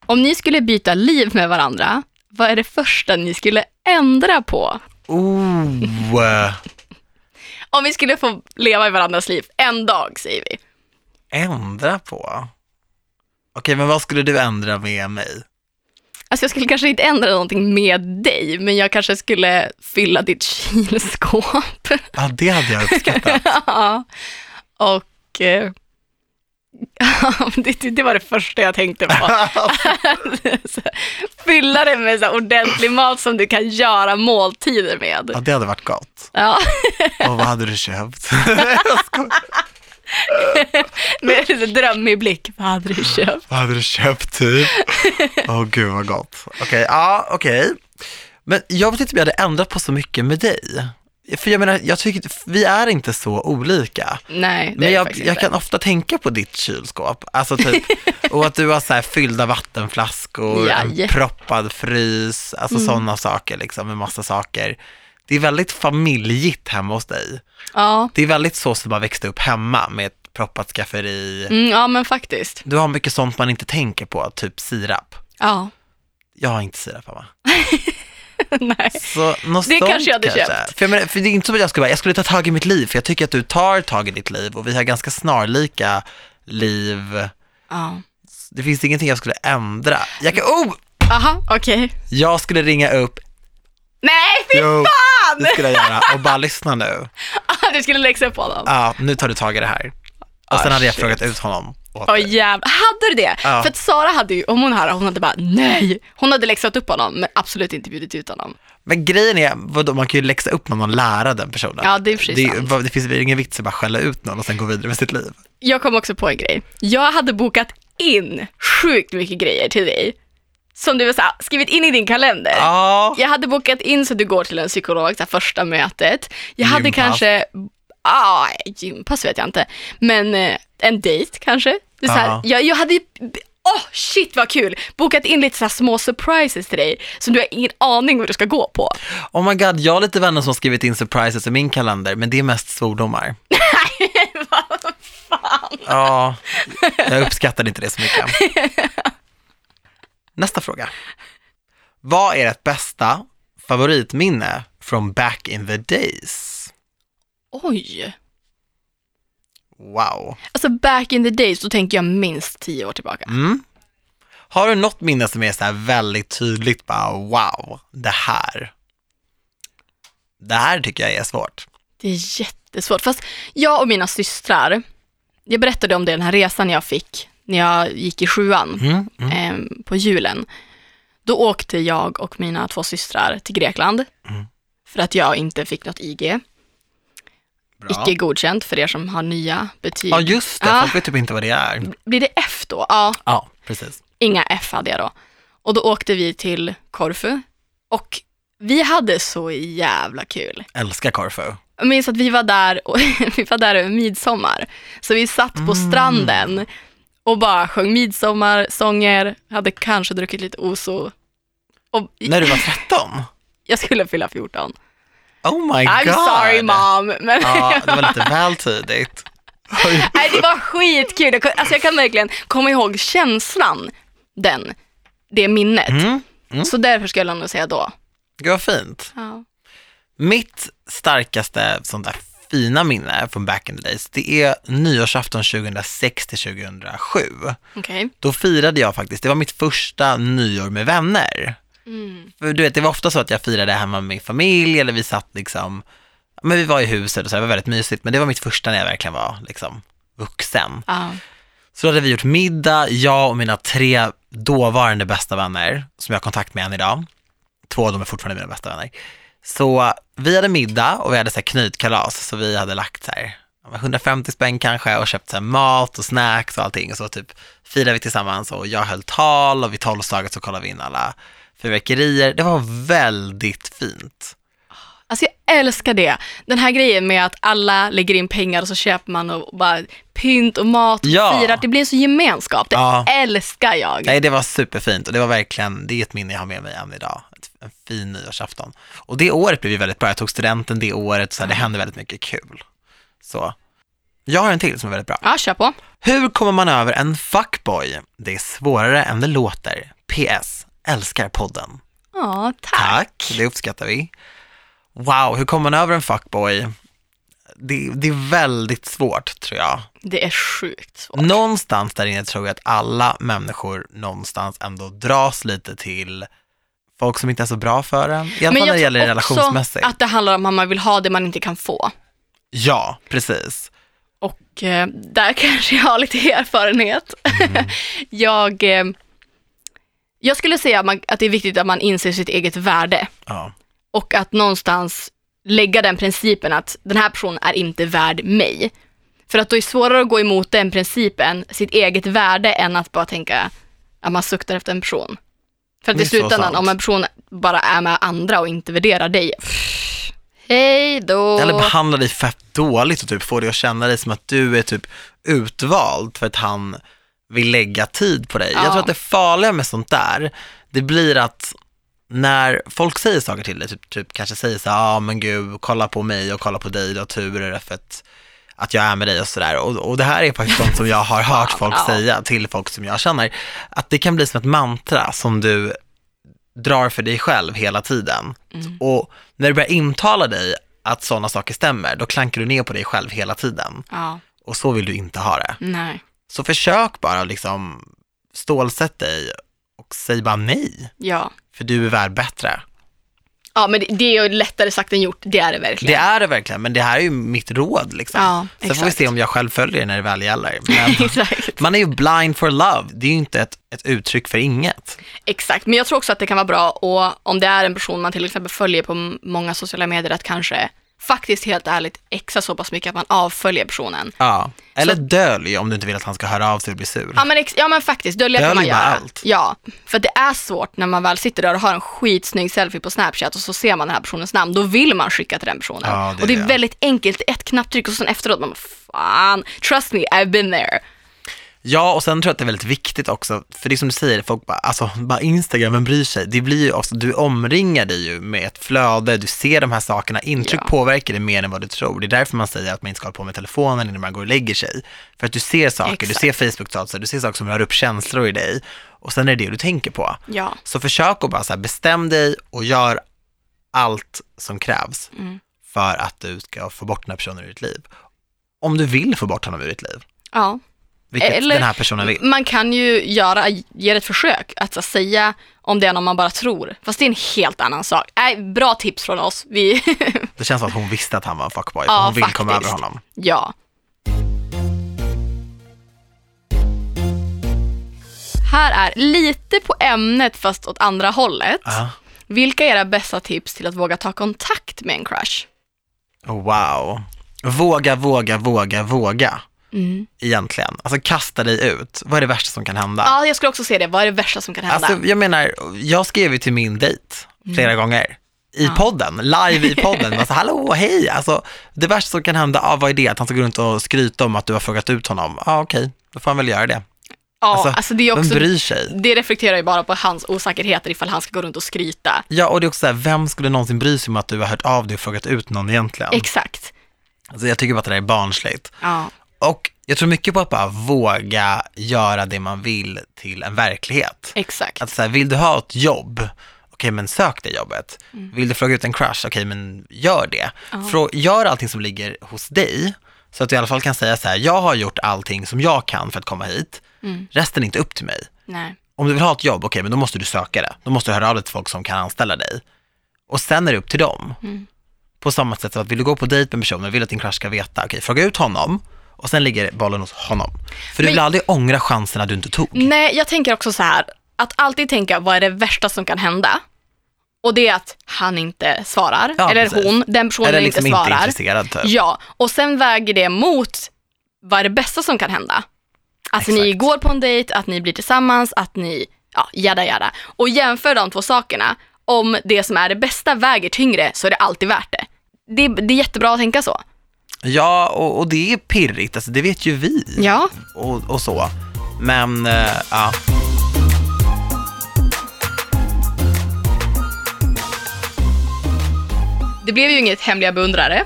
S2: Om ni skulle byta liv med varandra, vad är det första ni skulle ändra på?
S1: Oh, eh,
S2: Om vi skulle få leva i varandras liv en dag, säger vi.
S1: ändra på? Okej, men vad skulle du ändra med mig?
S2: Alltså jag skulle kanske inte ändra någonting med dig, men jag kanske skulle fylla ditt kylskåp.
S1: Ja, det hade jag uppskattat.
S2: Ja. Och... eh, det, det var det första jag tänkte på. Så, Fylla det med så här ordentlig mat som du kan göra måltider med.
S1: Ja, det hade varit gott.
S2: Ja,
S1: Och vad hade du köpt? Jag skojar.
S2: med en drömmig blick. Vad hade du köpt?
S1: vad hade du köpt typ? Åh gud vad gott. Okej, ja okej. Men jag vet inte om jag hade ändrat på så mycket med dig. För jag menar, jag tycker vi är inte så olika.
S2: Nej, det
S1: Men
S2: är
S1: jag,
S2: faktiskt
S1: jag
S2: inte.
S1: kan ofta tänka på ditt kylskåp, alltså typ, och att du har så här fyllda vattenflaskor, en
S2: Jaj. Mm.
S1: proppad frys, alltså sådana saker liksom med massa saker. Det är väldigt familjigt hemma hos dig.
S2: Ja.
S1: Det är väldigt så som man växte upp hemma med ett proppat skafferi.
S2: Mm, ja, men faktiskt.
S1: Du har mycket sånt man inte tänker på, typ sirap.
S2: Ja.
S1: Jag har inte sirap hemma.
S2: Nej.
S1: Så något
S2: Det
S1: sånt
S2: kanske jag hade köpt.
S1: För, jag menar, för det är inte som att jag skulle bara, jag skulle ta tag i mitt liv, för jag tycker att du tar tag i ditt liv och vi har ganska snarlika liv.
S2: Ja.
S1: Det finns ingenting jag skulle ändra. Jag, kan, oh!
S2: Aha, okej.
S1: jag skulle ringa upp,
S2: Nej, fy
S1: Jo.
S2: fan!
S1: det skulle jag göra, och bara lyssna nu.
S2: Du skulle läxa upp honom.
S1: Ja, nu tar du tag i det här. Och sen
S2: Ah,
S1: hade jag
S2: shit.
S1: frågat ut honom. åt
S2: Åh
S1: dig.
S2: jävlar, hade du det?
S1: Ja.
S2: För att Sara hade ju, om hon hade, hon hade bara nej. Hon hade läxat upp honom men absolut inte bjudit ut honom.
S1: Men grejen är, vadå, man kan ju läxa upp någon och lära den personen.
S2: Ja, det är precis
S1: det,
S2: sant.
S1: vad- det finns väl ingen vits att bara skälla ut någon och sen gå vidare med sitt liv.
S2: Jag kom också på en grej. Jag hade bokat in sjukt mycket grejer till dig som du har skrivit in i din kalender.
S1: Ja,
S2: Jag hade bokat in så att du går till en psykolog, så här, första mötet. Jag hade
S1: Gympass.
S2: kanske, ah, gympass vet jag inte, men eh, en dejt kanske. Det är så här,
S1: Ja.
S2: jag, jag hade ju, åh shit vad kul, bokat in lite så här små surprises till dig som du har ingen aning vad du ska gå på.
S1: oh my god, jag har lite vänner som har skrivit in surprises i min kalender, men det är mest svordomar.
S2: Vad fan.
S1: Ja, jag uppskattar inte det så mycket. Nästa fråga. Vad är ert bästa favoritminne från back in the days?
S2: Oj,
S1: Wow.
S2: alltså back in the days, då tänker jag minst tio år tillbaka.
S1: Mm. Har du något minne som är så här väldigt tydligt, bara wow, det här. Det här tycker jag är svårt.
S2: Det är jättesvårt. Fast jag och mina systrar, jag berättade om det, den här resan jag fick när jag gick i sjuan
S1: Mm, mm,
S2: eh, på julen. Då åkte jag och mina två systrar till Grekland
S1: Mm.
S2: för att jag inte fick något IG,
S1: bra.
S2: icke godkänt för er som har nya betyg.
S1: Ja, just det.
S2: Ah.
S1: Folk vet typ inte vad det är.
S2: Blir det F då? Ja,
S1: Ja, precis.
S2: inga F hade jag då. Och då åkte vi till Korfu och vi hade så jävla kul.
S1: Älskar Corfu.
S2: Jag minns att vi var där, och vi var där över midsommar. Så vi satt
S1: Mm.
S2: på stranden och bara sjöng midsommarsånger, hade kanske druckit lite oso. Och
S1: När du var 13?
S2: jag skulle fylla 14.
S1: Oh my
S2: I'm
S1: god.
S2: sorry mom. Men
S1: Ja, det var lite väl tidigt. Oj.
S2: Nej, det var skitkul. Jag, kan- alltså, jag kan verkligen komma ihåg känslan, den, det minnet.
S1: Mm. Mm.
S2: Så därför skulle jag nog säga då.
S1: Gud vad fint.
S2: Ja.
S1: Mitt starkaste sånt där fina minne från back in the days, det är nyårsafton 2006 till 2007.
S2: Okej.
S1: Då firade jag faktiskt, det var mitt första nyår med vänner.
S2: Mm.
S1: För du vet, det var ofta så att jag firade hemma med min familj eller vi satt liksom, men vi var i huset och så, här, det var väldigt mysigt, men det var mitt första när jag verkligen var liksom vuxen.
S2: Ja.
S1: Så då hade vi gjort middag, jag och mina tre dåvarande bästa vänner, som jag har kontakt med än idag. Två av dem är fortfarande mina bästa vänner. Så vi hade middag och vi hade så här knytkalas, så vi hade lagt så här ja, men 150 spänn kanske och köpt så här mat och snacks och allting. Och så typ firade vi tillsammans och jag höll tal och vid tolvslaget så kollade vi in alla fyrverkerier. Det var väldigt fint.
S2: Alltså jag älskar det. Den här grejen med att alla lägger in pengar och så köper man och bara pynt och mat och
S1: Ja.
S2: firar. Det blir en så gemenskap. Det
S1: Ja.
S2: älskar jag.
S1: Nej, det var superfint och det var verkligen, det är ett minne jag har med mig än idag. Ett, en fin nyårsafton. Och det året blev ju väldigt bra. Jag tog studenten det året, så här, det hände väldigt mycket kul. Så. Jag har en till som är väldigt bra.
S2: Ja, kör på.
S1: Hur kommer man över en fuckboy? Det är svårare än det låter. PS. Älskar podden.
S2: Ja, tack.
S1: Tack, det uppskattar vi. Wow, hur kommer man över en fuckboy? Det, det är väldigt svårt tror jag.
S2: Det är sjukt svårt.
S1: Någonstans där inne tror jag att alla människor någonstans ändå dras lite till folk som inte är så bra för en. I alla fall när det gäller relationsmässigt.
S2: att det handlar om att man vill ha det man inte kan få.
S1: Ja, precis.
S2: Och eh, där kanske jag har lite erfarenhet.
S1: Mm.
S2: jag, eh, jag skulle säga att, man, att det är viktigt att man inser sitt eget värde.
S1: Ja.
S2: och att någonstans lägga den principen att den här personen är inte värd mig. För att då är det svårare att gå emot den principen, sitt eget värde, än att bara tänka att man suktar efter en person. För att
S1: Det
S2: i
S1: är så
S2: slutändan,
S1: sant.
S2: om en person bara är med andra och inte värderar dig, pff, hej då.
S1: Eller behandlar dig fett dåligt och typ får dig att känna dig som att du är typ utvald för att han vill lägga tid på dig.
S2: Ja.
S1: Jag tror att det farliga med sånt där, det blir att när folk säger saker till dig, typ, typ kanske säger så ja ah, men gud, kolla på mig och kolla på dig, du har tur för att, att jag är med dig och sådär. Och, och det här är faktiskt sånt som jag har hört folk
S2: ja.
S1: säga till folk som jag känner, att det kan bli som ett mantra som du drar för dig själv hela tiden.
S2: Mm.
S1: Och när du börjar intala dig att sådana saker stämmer, då klankar du ner på dig själv hela tiden.
S2: Ja,
S1: Och så vill du inte ha det.
S2: nej.
S1: Så försök bara liksom stålsätt dig och säg bara nej,
S2: Ja.
S1: för du är värd bättre.
S2: ja, men det, det är ju lättare sagt än gjort, det är det verkligen.
S1: Det är det verkligen, men det här är ju mitt råd liksom.
S2: Ja,
S1: Sen får vi
S2: exakt.
S1: se om jag själv följer det när det väl gäller. Men
S2: Exakt.
S1: man är ju blind for love, det är ju inte ett, ett uttryck för inget.
S2: Exakt, men jag tror också att det kan vara bra och om det är en person man till exempel följer på m- många sociala medier att kanske faktiskt helt ärligt exa så pass mycket att man avföljer personen.
S1: Ja. Eller dölj om du inte vill att han ska höra av sig och bli sur.
S2: Ja men, ex- ja, men faktiskt, dölja
S1: Dölj
S2: kan man
S1: bara
S2: göra.
S1: allt.
S2: Ja, för det är svårt när man väl sitter där och har en skitsnygg selfie på Snapchat och så ser man den här personens namn, då vill man skicka till den personen.
S1: Ja, det är
S2: och det är
S1: det.
S2: väldigt enkelt, ett knapptryck och sen efteråt, man bara, fan, trust me, I've been there.
S1: Ja, och sen tror jag att det är väldigt viktigt också, för det är som du säger, folk bara, alltså, bara Instagram, vem bryr sig? Det blir ju också, du omringar dig ju med ett flöde, du ser de här sakerna, intryck
S2: Ja.
S1: påverkar dig mer än vad du tror. Det är därför man säger att man inte ska hålla på med telefonen innan man går och lägger sig. För att du ser saker,
S2: Exakt.
S1: du ser Facebook-statuser, du ser saker som rör upp känslor i dig och sen är det det du tänker på.
S2: Ja,
S1: Så försök att bara så här, bestäm dig och gör allt som krävs
S2: Mm.
S1: för att du ska få bort den här personen ur ditt liv. Om du vill få bort honom ur ditt liv,
S2: ja.
S1: vilket
S2: Eller-
S1: den här personen vill.
S2: Man kan ju göra, ge det ett försök att så, säga om det är någon man bara tror, fast det är en helt annan sak. Äh, bra tips från oss, vi,
S1: Det känns som att hon visste att han var en fuckboy,
S2: Ja,
S1: så hon vill komma över
S2: faktiskt.
S1: honom.
S2: ja. Här är lite på ämnet fast åt andra hållet.
S1: Ja.
S2: Vilka är era bästa tips till att våga ta kontakt med en crush?
S1: Oh, Wow. Våga, våga, våga, våga.
S2: Mm.
S1: Egentligen. Alltså kasta dig ut. Vad är det värsta som kan hända?
S2: Ja, jag skulle också säga det. Vad är det värsta som kan hända? Mm.
S1: Alltså jag menar, jag skrev ju till min dejt flera gånger. I podden, live i podden. Alltså hallå, hej. Alltså det värsta som kan hända, ah, vad är det? Att han ska gå runt och skryta om att du har frågat ut honom. Ja ah, okej, då får han väl göra det.
S2: ja, alltså, det, är också,
S1: Vem bryr sig?
S2: det reflekterar ju bara på hans osäkerheter ifall han ska gå runt och skryta.
S1: Ja, och det är också så här, vem skulle någonsin bry sig om att du har hört av dig och frågat ut någon egentligen?
S2: Exakt.
S1: Alltså, jag tycker bara att det där är barnsligt.
S2: Ja.
S1: Och jag tror mycket på att bara våga göra det man vill till en verklighet.
S2: Exakt.
S1: Att så här, vill du ha ett jobb, okej men sök det jobbet. Vill du fråga ut en crush, okej men gör det. Frå- gör allting som ligger hos dig, så att du i alla fall kan säga så här, jag har gjort allting som jag kan för att komma hit, resten är inte upp till mig.
S2: Nej.
S1: Om du vill ha ett jobb, okej men då måste du söka det. Då måste du höra av dig till folk som kan anställa dig. Och sen är det upp till dem.
S2: Mm.
S1: På samma sätt som att vill du gå på dejt med personen, vill att din crush ska veta, okej fråga ut honom och sen ligger bollen hos honom. För du
S2: Men- Mm,
S1: vill aldrig ångra chanserna du inte tog.
S2: Nej, jag tänker också så här, att alltid tänka vad är det värsta som kan hända? Och det är att han inte svarar,
S1: Ja,
S2: eller
S1: precis.
S2: hon, den personen
S1: Eller liksom
S2: inte
S1: inte
S2: svarar.
S1: intresserad typ.
S2: Ja, och sen väger det mot vad är det bästa som kan hända? Att ni
S1: Exakt.
S2: går på en dejt, att ni blir tillsammans, att ni, ja, jada jada. Och jämför de två sakerna. Om det som är det bästa väger tyngre så är det alltid värt det. Det, det är jättebra att tänka så.
S1: Ja, och, och det är pirrigt, alltså, det vet ju vi.
S2: Ja.
S1: Och, och så. Men, eh, ja.
S2: Det blev ju inget hemliga beundrare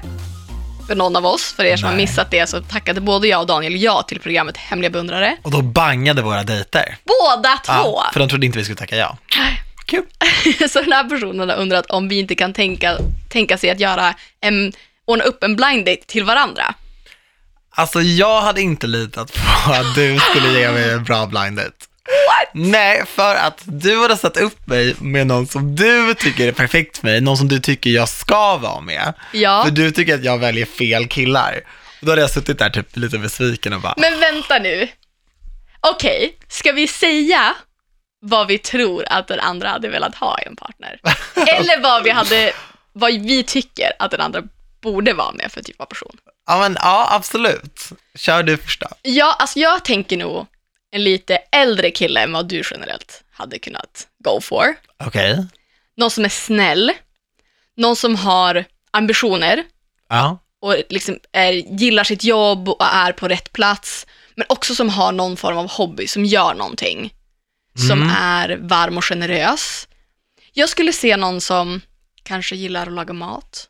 S2: för någon av oss. För er som har
S1: Nej.
S2: missat det så tackade både jag och Daniel ja till programmet Hemliga beundrare.
S1: Och då bangade våra dejter.
S2: Båda två!
S1: Ja, för de trodde inte vi skulle tacka ja. Kul.
S2: så den här personen har undrat om vi inte kan tänka, tänka sig att göra en, ordna upp en blind date till varandra.
S1: Alltså jag hade inte litat på att du skulle ge mig en bra blind date. Nej, för att du hade satt upp mig med någon som du tycker är perfekt för mig, någon som du tycker jag ska vara med.
S2: Ja.
S1: För du tycker att jag väljer fel killar. Och då hade jag suttit där typ lite besviken och bara,
S2: Men vänta nu. Okej, ska vi säga vad vi tror att den andra hade velat ha i en partner? Eller vad vi, hade, vad vi tycker att den andra borde vara med för typ av person?
S1: ja men ja absolut, kör du först då.
S2: Ja, alltså jag tänker nog en lite äldre kille än vad du generellt hade kunnat go for.
S1: Okej.
S2: Någon som är snäll, någon som har ambitioner
S1: Ja.
S2: och liksom är, gillar sitt jobb och är på rätt plats, men också som har någon form av hobby, som gör någonting, som
S1: Mm.
S2: är varm och generös. Jag skulle se någon som kanske gillar att laga mat.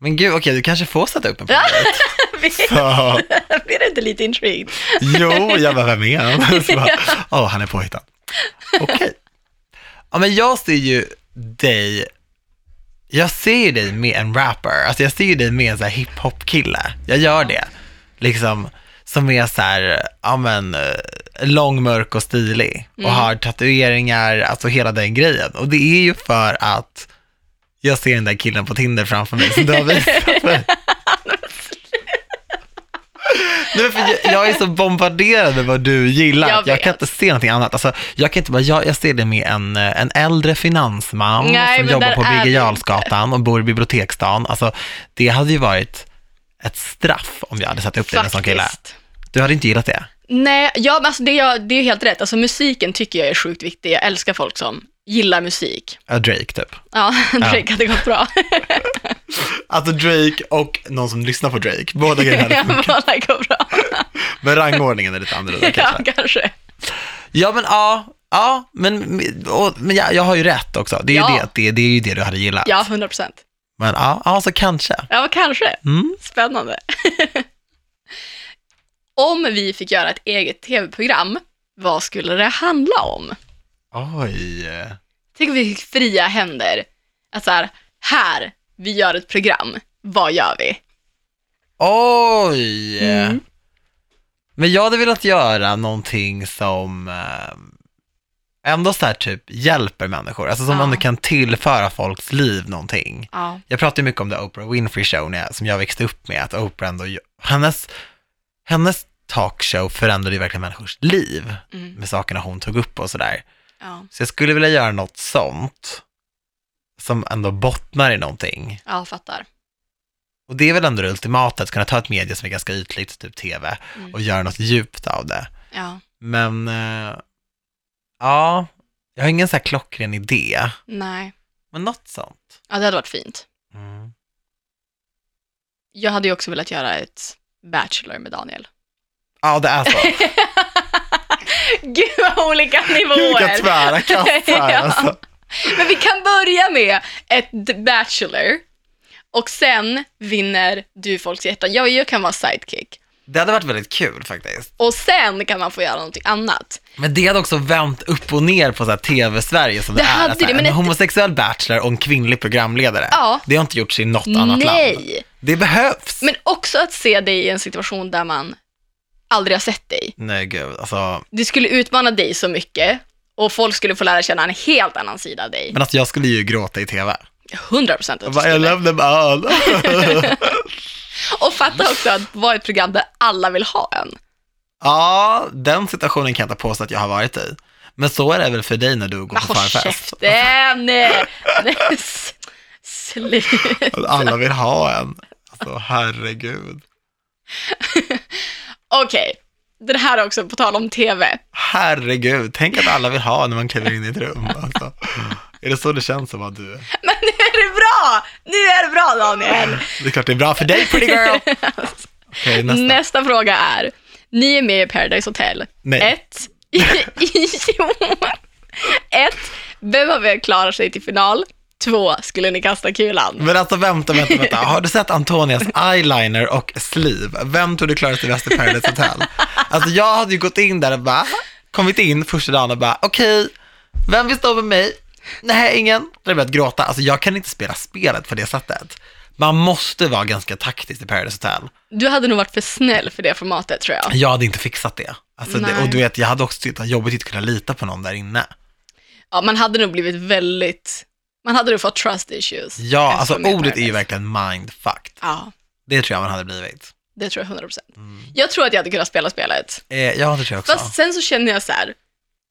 S1: Men gud, okej du kanske får sätta upp en blind date. Så,
S2: Blir det inte lite intrigued?
S1: jo, jag bara, vem är han? Så bara, Åh, han är påhittad. Okej. Ja, men jag ser ju dig, jag ser ju dig med en rapper, alltså jag ser ju dig med en så här hiphop-kille. Jag gör det. Liksom, som är så här, ja men, eh, lång, mörk och stilig. Och
S2: Mm.
S1: har tatueringar, alltså hela den grejen. Och det är ju för att jag ser den där killen på Tinder framför mig som du har visat mig. Nej, men för jag, jag är så bombarderad med vad du gillar.
S2: Jag
S1: Jag, jag kan
S2: vet.
S1: inte se någonting annat. Alltså, jag kan inte bara, jag, jag ser det med en, eh, en äldre finansman
S2: Nej,
S1: som
S2: men
S1: jobbar
S2: där
S1: Mm, alltså, på
S2: är vi
S1: Birger
S2: inte.
S1: Jarlsgatan och bor i biblioteksstaden. Alltså, det hade ju varit ett straff om jag hade satt upp dig med en sån kille.
S2: Faktiskt.
S1: Du hade inte gillat det.
S2: Nej, ja, men alltså det, är, det är helt rätt. Alltså musiken tycker jag är sjukt viktig. Jag älskar folk som gillar musik.
S1: Ja, Drake typ.
S2: Ja, det hade gått bra.
S1: Alltså Drake och någon som lyssnar på Drake. Båda grejerna hade funkat.
S2: Båda går bra.
S1: Men rangordningen är lite annorlunda
S2: Ja,
S1: kanske.
S2: kanske.
S1: Ja, men ja. Ja, men, och, men jag, jag har ju rätt också. Det är, ju
S2: Ja.
S1: det, det, det är ju det du hade gillat.
S2: Ja, 100 procent.
S1: Men ja, ja, så kanske.
S2: Ja, kanske.
S1: Mm.
S2: Spännande. om vi fick göra ett eget tv-program, vad skulle det handla om?
S1: Oj.
S2: Tänk om vi fick fria händer. Att så här, här, vi gör ett program. Vad gör vi?
S1: Oj.
S2: Mm.
S1: Men jag hade velat göra någonting som eh, ändå så här typ hjälper människor. Alltså som
S2: Ja.
S1: ändå kan tillföra folks liv någonting.
S2: Ja.
S1: Jag pratar ju mycket om The Oprah Winfrey Show när jag, som jag växte upp med. Att Oprah ändå, hennes, hennes talkshow förändrade ju verkligen människors liv
S2: Mm.
S1: med sakerna hon tog upp och sådär.
S2: Ja,
S1: Så jag skulle vilja göra något sånt som ändå bottnar i någonting.
S2: ja fattar.
S1: Och det är väl ändå det ultimata, att kunna ta ett medie som är ganska ytligt, typ tv,
S2: Mm.
S1: och göra något djupt av det.
S2: Ja.
S1: Men, eh, ja, jag har ingen så här klockren idé,
S2: Nej.
S1: men något sånt.
S2: Ja, det hade varit fint.
S1: Mm.
S2: Jag hade ju också velat göra ett Bachelor med Daniel.
S1: Ja, det är så.
S2: Gud vad olika
S1: Gud, Vilka
S2: nivåer.
S1: tvära kast här
S2: Ja.
S1: alltså.
S2: Men vi kan börja med ett Bachelor och sen vinner du folks hjärtan. Jag, jag kan vara sidekick.
S1: Det hade varit väldigt kul faktiskt.
S2: Och sen kan man få göra någonting annat.
S1: Men det hade också vänt upp och ner på så här tv-Sverige som det,
S2: Det
S1: är.
S2: hade
S1: att så här,
S2: det, men
S1: en
S2: ett-
S1: homosexuell bachelor och en kvinnlig programledare.
S2: Ja.
S1: Det har inte gjorts i något annat land.
S2: Nej,
S1: Det behövs.
S2: men också att se dig i en situation där man aldrig har sett dig.
S1: Nej, gud. Alltså,
S2: Det skulle utmana dig så mycket och folk skulle få lära känna en helt annan sida av dig.
S1: men alltså, jag skulle ju gråta i tv.
S2: 100 procent.
S1: Jag bara, I love them all.
S2: Och fatta också att vara ett program där alla vill ha en.
S1: ja, den situationen kan jag inte påstå att jag har varit i. Men så är det väl för dig när du går
S2: Men
S1: på
S2: håll
S1: förfest.
S2: käften! Nej, s- Slut.
S1: Att Alla vill ha en. Alltså, herregud.
S2: Okej, det här är också på tal om tv.
S1: Herregud, tänk att alla vill ha när man kliver in i ett rum. Alltså. Är det så det känns som att du är?
S2: Men nu är det bra! Nu är det bra Daniel!
S1: Det är klart det är bra för dig, pretty girl. Okej, nästa.
S2: Nästa. fråga är, ni är med i Paradise Hotel.
S1: Nej.
S2: Ett, jo. Ett, vem av er klarar sig till final? Två, skulle ni kasta kulan?
S1: Men alltså vänta, vänta, vänta. Har du sett Antonias eyeliner och sleeve? Vem tror du klarar sig bäst i Paradise Hotel? Alltså jag hade ju gått in där och bara, kommit in första dagen och bara, okej, vem vill stå med mig? Nej, ingen. Då hade jag börjat gråta. Alltså jag kan inte spela spelet på det sättet. Man måste vara ganska taktisk i Paradise Hotel.
S2: Du hade nog varit för snäll för det formatet tror jag.
S1: Jag hade inte fixat det. Alltså, det
S2: Nej.
S1: och du vet, jag hade också tyckt att jobbigt att inte kunna lita på någon där inne.
S2: Ja, man hade nog blivit väldigt, man hade nog fått trust issues.
S1: Ja,
S2: Eftersom
S1: alltså
S2: det
S1: ordet är ju
S2: Paradise.
S1: verkligen mindfucked.
S2: Ja,
S1: Det tror jag man hade blivit.
S2: det tror jag 100%. Jag tror att jag hade kunnat spela spelet.
S1: Eh, ja, det tror jag Mm. också.
S2: Fast sen så känner jag så här,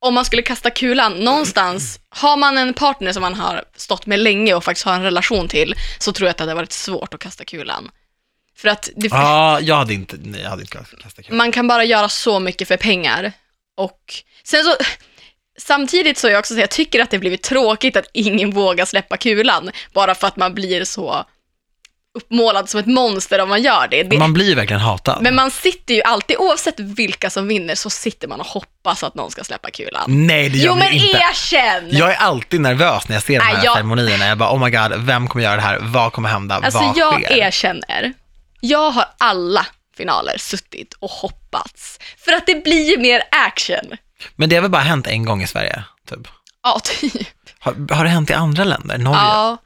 S2: om man skulle kasta kulan någonstans, har man en partner som man har stått med länge och faktiskt har en relation till, så tror jag att det hade varit svårt att kasta kulan. För att det,
S1: Ja, jag hade inte, nej, jag hade inte kastat kul.
S2: man kan bara göra så mycket för pengar. Och sen så, samtidigt så är jag också så jag tycker att det blivit tråkigt att ingen vågar släppa kulan, bara för att man blir så uppmålad som ett monster om man gör det. det
S1: Man blir ju verkligen hatad.
S2: men man sitter ju alltid, oavsett vilka som vinner, så sitter man och hoppas att någon ska släppa kulan.
S1: nej, det gör
S2: Jo
S1: man
S2: men
S1: ju inte.
S2: erkänn!
S1: Jag är alltid nervös när jag ser de
S2: Nej,
S1: här
S2: jag-
S1: ceremonierna. Jag bara, oh my god, vem kommer göra det här? Vad kommer hända?
S2: alltså
S1: Vad
S2: jag
S1: sker?
S2: erkänner, jag har alla finaler suttit och hoppats. För att det blir ju mer action.
S1: Men det har väl bara hänt en gång i Sverige, typ.
S2: Ja, typ.
S1: Har, har det hänt i andra länder? Norge?
S2: Ja.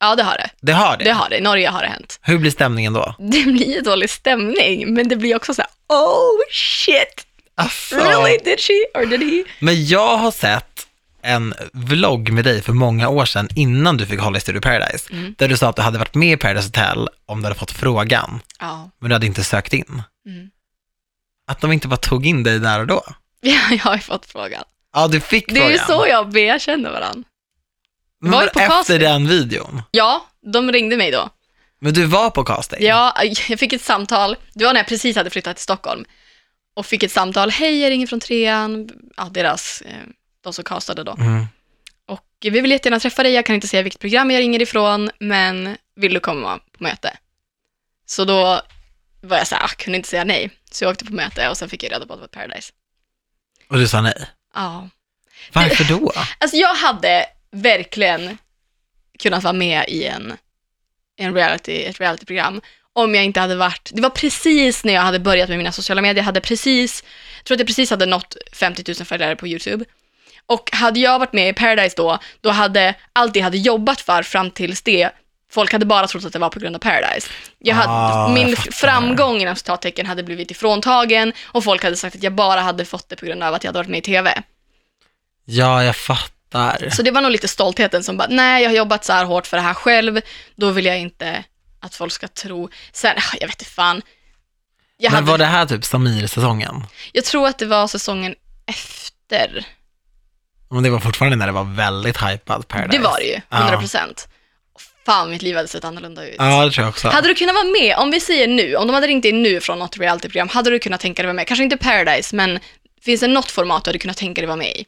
S2: ja, det har det.
S1: Det har det.
S2: Det har det. I Norge har det hänt.
S1: Hur blir stämningen då?
S2: Det blir ju dålig stämning, men det blir också så här: oh shit,
S1: Alltså...
S2: really did she or did he?
S1: Men jag har sett en vlogg med dig för många år sedan innan du fick hålla i Studio Paradise.
S2: Mm.
S1: Där du sa att du hade varit med i Paradise Hotel om du hade fått frågan,
S2: Ja,
S1: men du hade inte sökt in.
S2: Mm.
S1: Att de inte bara tog in dig där och då?
S2: Ja, jag har ju fått frågan.
S1: Ja, du fick
S2: Det är ju
S1: frågan.
S2: så jag och Bea känner varandra.
S1: Men
S2: var
S1: var
S2: ju på
S1: efter
S2: casting.
S1: den videon?
S2: Ja, de ringde mig då.
S1: Men du var på casting?
S2: Ja, jag fick ett samtal. Det var när jag precis hade flyttat till Stockholm. Och fick ett samtal. Hej, jag ringer från trean. Ja, deras, eh, de som castade då.
S1: Mm.
S2: Och vi vill jättegärna träffa dig. Jag kan inte säga vilket program jag ringer ifrån, men vill du komma på möte? Så då var jag så här, ah, kunde inte säga nej. Så jag åkte på möte och sen fick jag reda på att det var Paradise.
S1: Och du sa nej?
S2: Ja.
S1: Varför då?
S2: Alltså jag hade verkligen kunnat vara med i en, en reality, ett realityprogram om jag inte hade varit, det var precis när jag hade börjat med mina sociala medier, jag hade precis, jag tror att jag precis hade nått 50 000 följare på YouTube. Och hade jag varit med i Paradise då, då hade allt det jag hade jobbat för fram tills det, folk hade bara trott att det var på grund av Paradise. Jag hade,
S1: Ah,
S2: min
S1: jag
S2: f-
S1: fattar.
S2: framgång inom citattecken hade blivit ifråntagen och folk hade sagt att jag bara hade fått det på grund av att jag hade varit med i TV.
S1: Ja, jag fattar.
S2: Så det var nog lite stoltheten som bara, nej jag har jobbat så här hårt för det här själv, då vill jag inte att folk ska tro. Sen, ah, jag vet inte fan. Jag,
S1: Men
S2: hade,
S1: var det här typ Samir-säsongen?
S2: jag tror att det var säsongen efter.
S1: Men det var fortfarande när det var väldigt hypat Paradise.
S2: Det var det ju,
S1: Ja.
S2: 100 procent. Fan, mitt liv hade sett annorlunda ut.
S1: Ja, det tror jag också.
S2: Hade du kunnat vara med, om vi säger nu, om de hade ringt in nu från något realityprogram, hade du kunnat tänka dig vara med? Kanske inte Paradise, men finns det något format du hade kunnat tänka dig vara med i?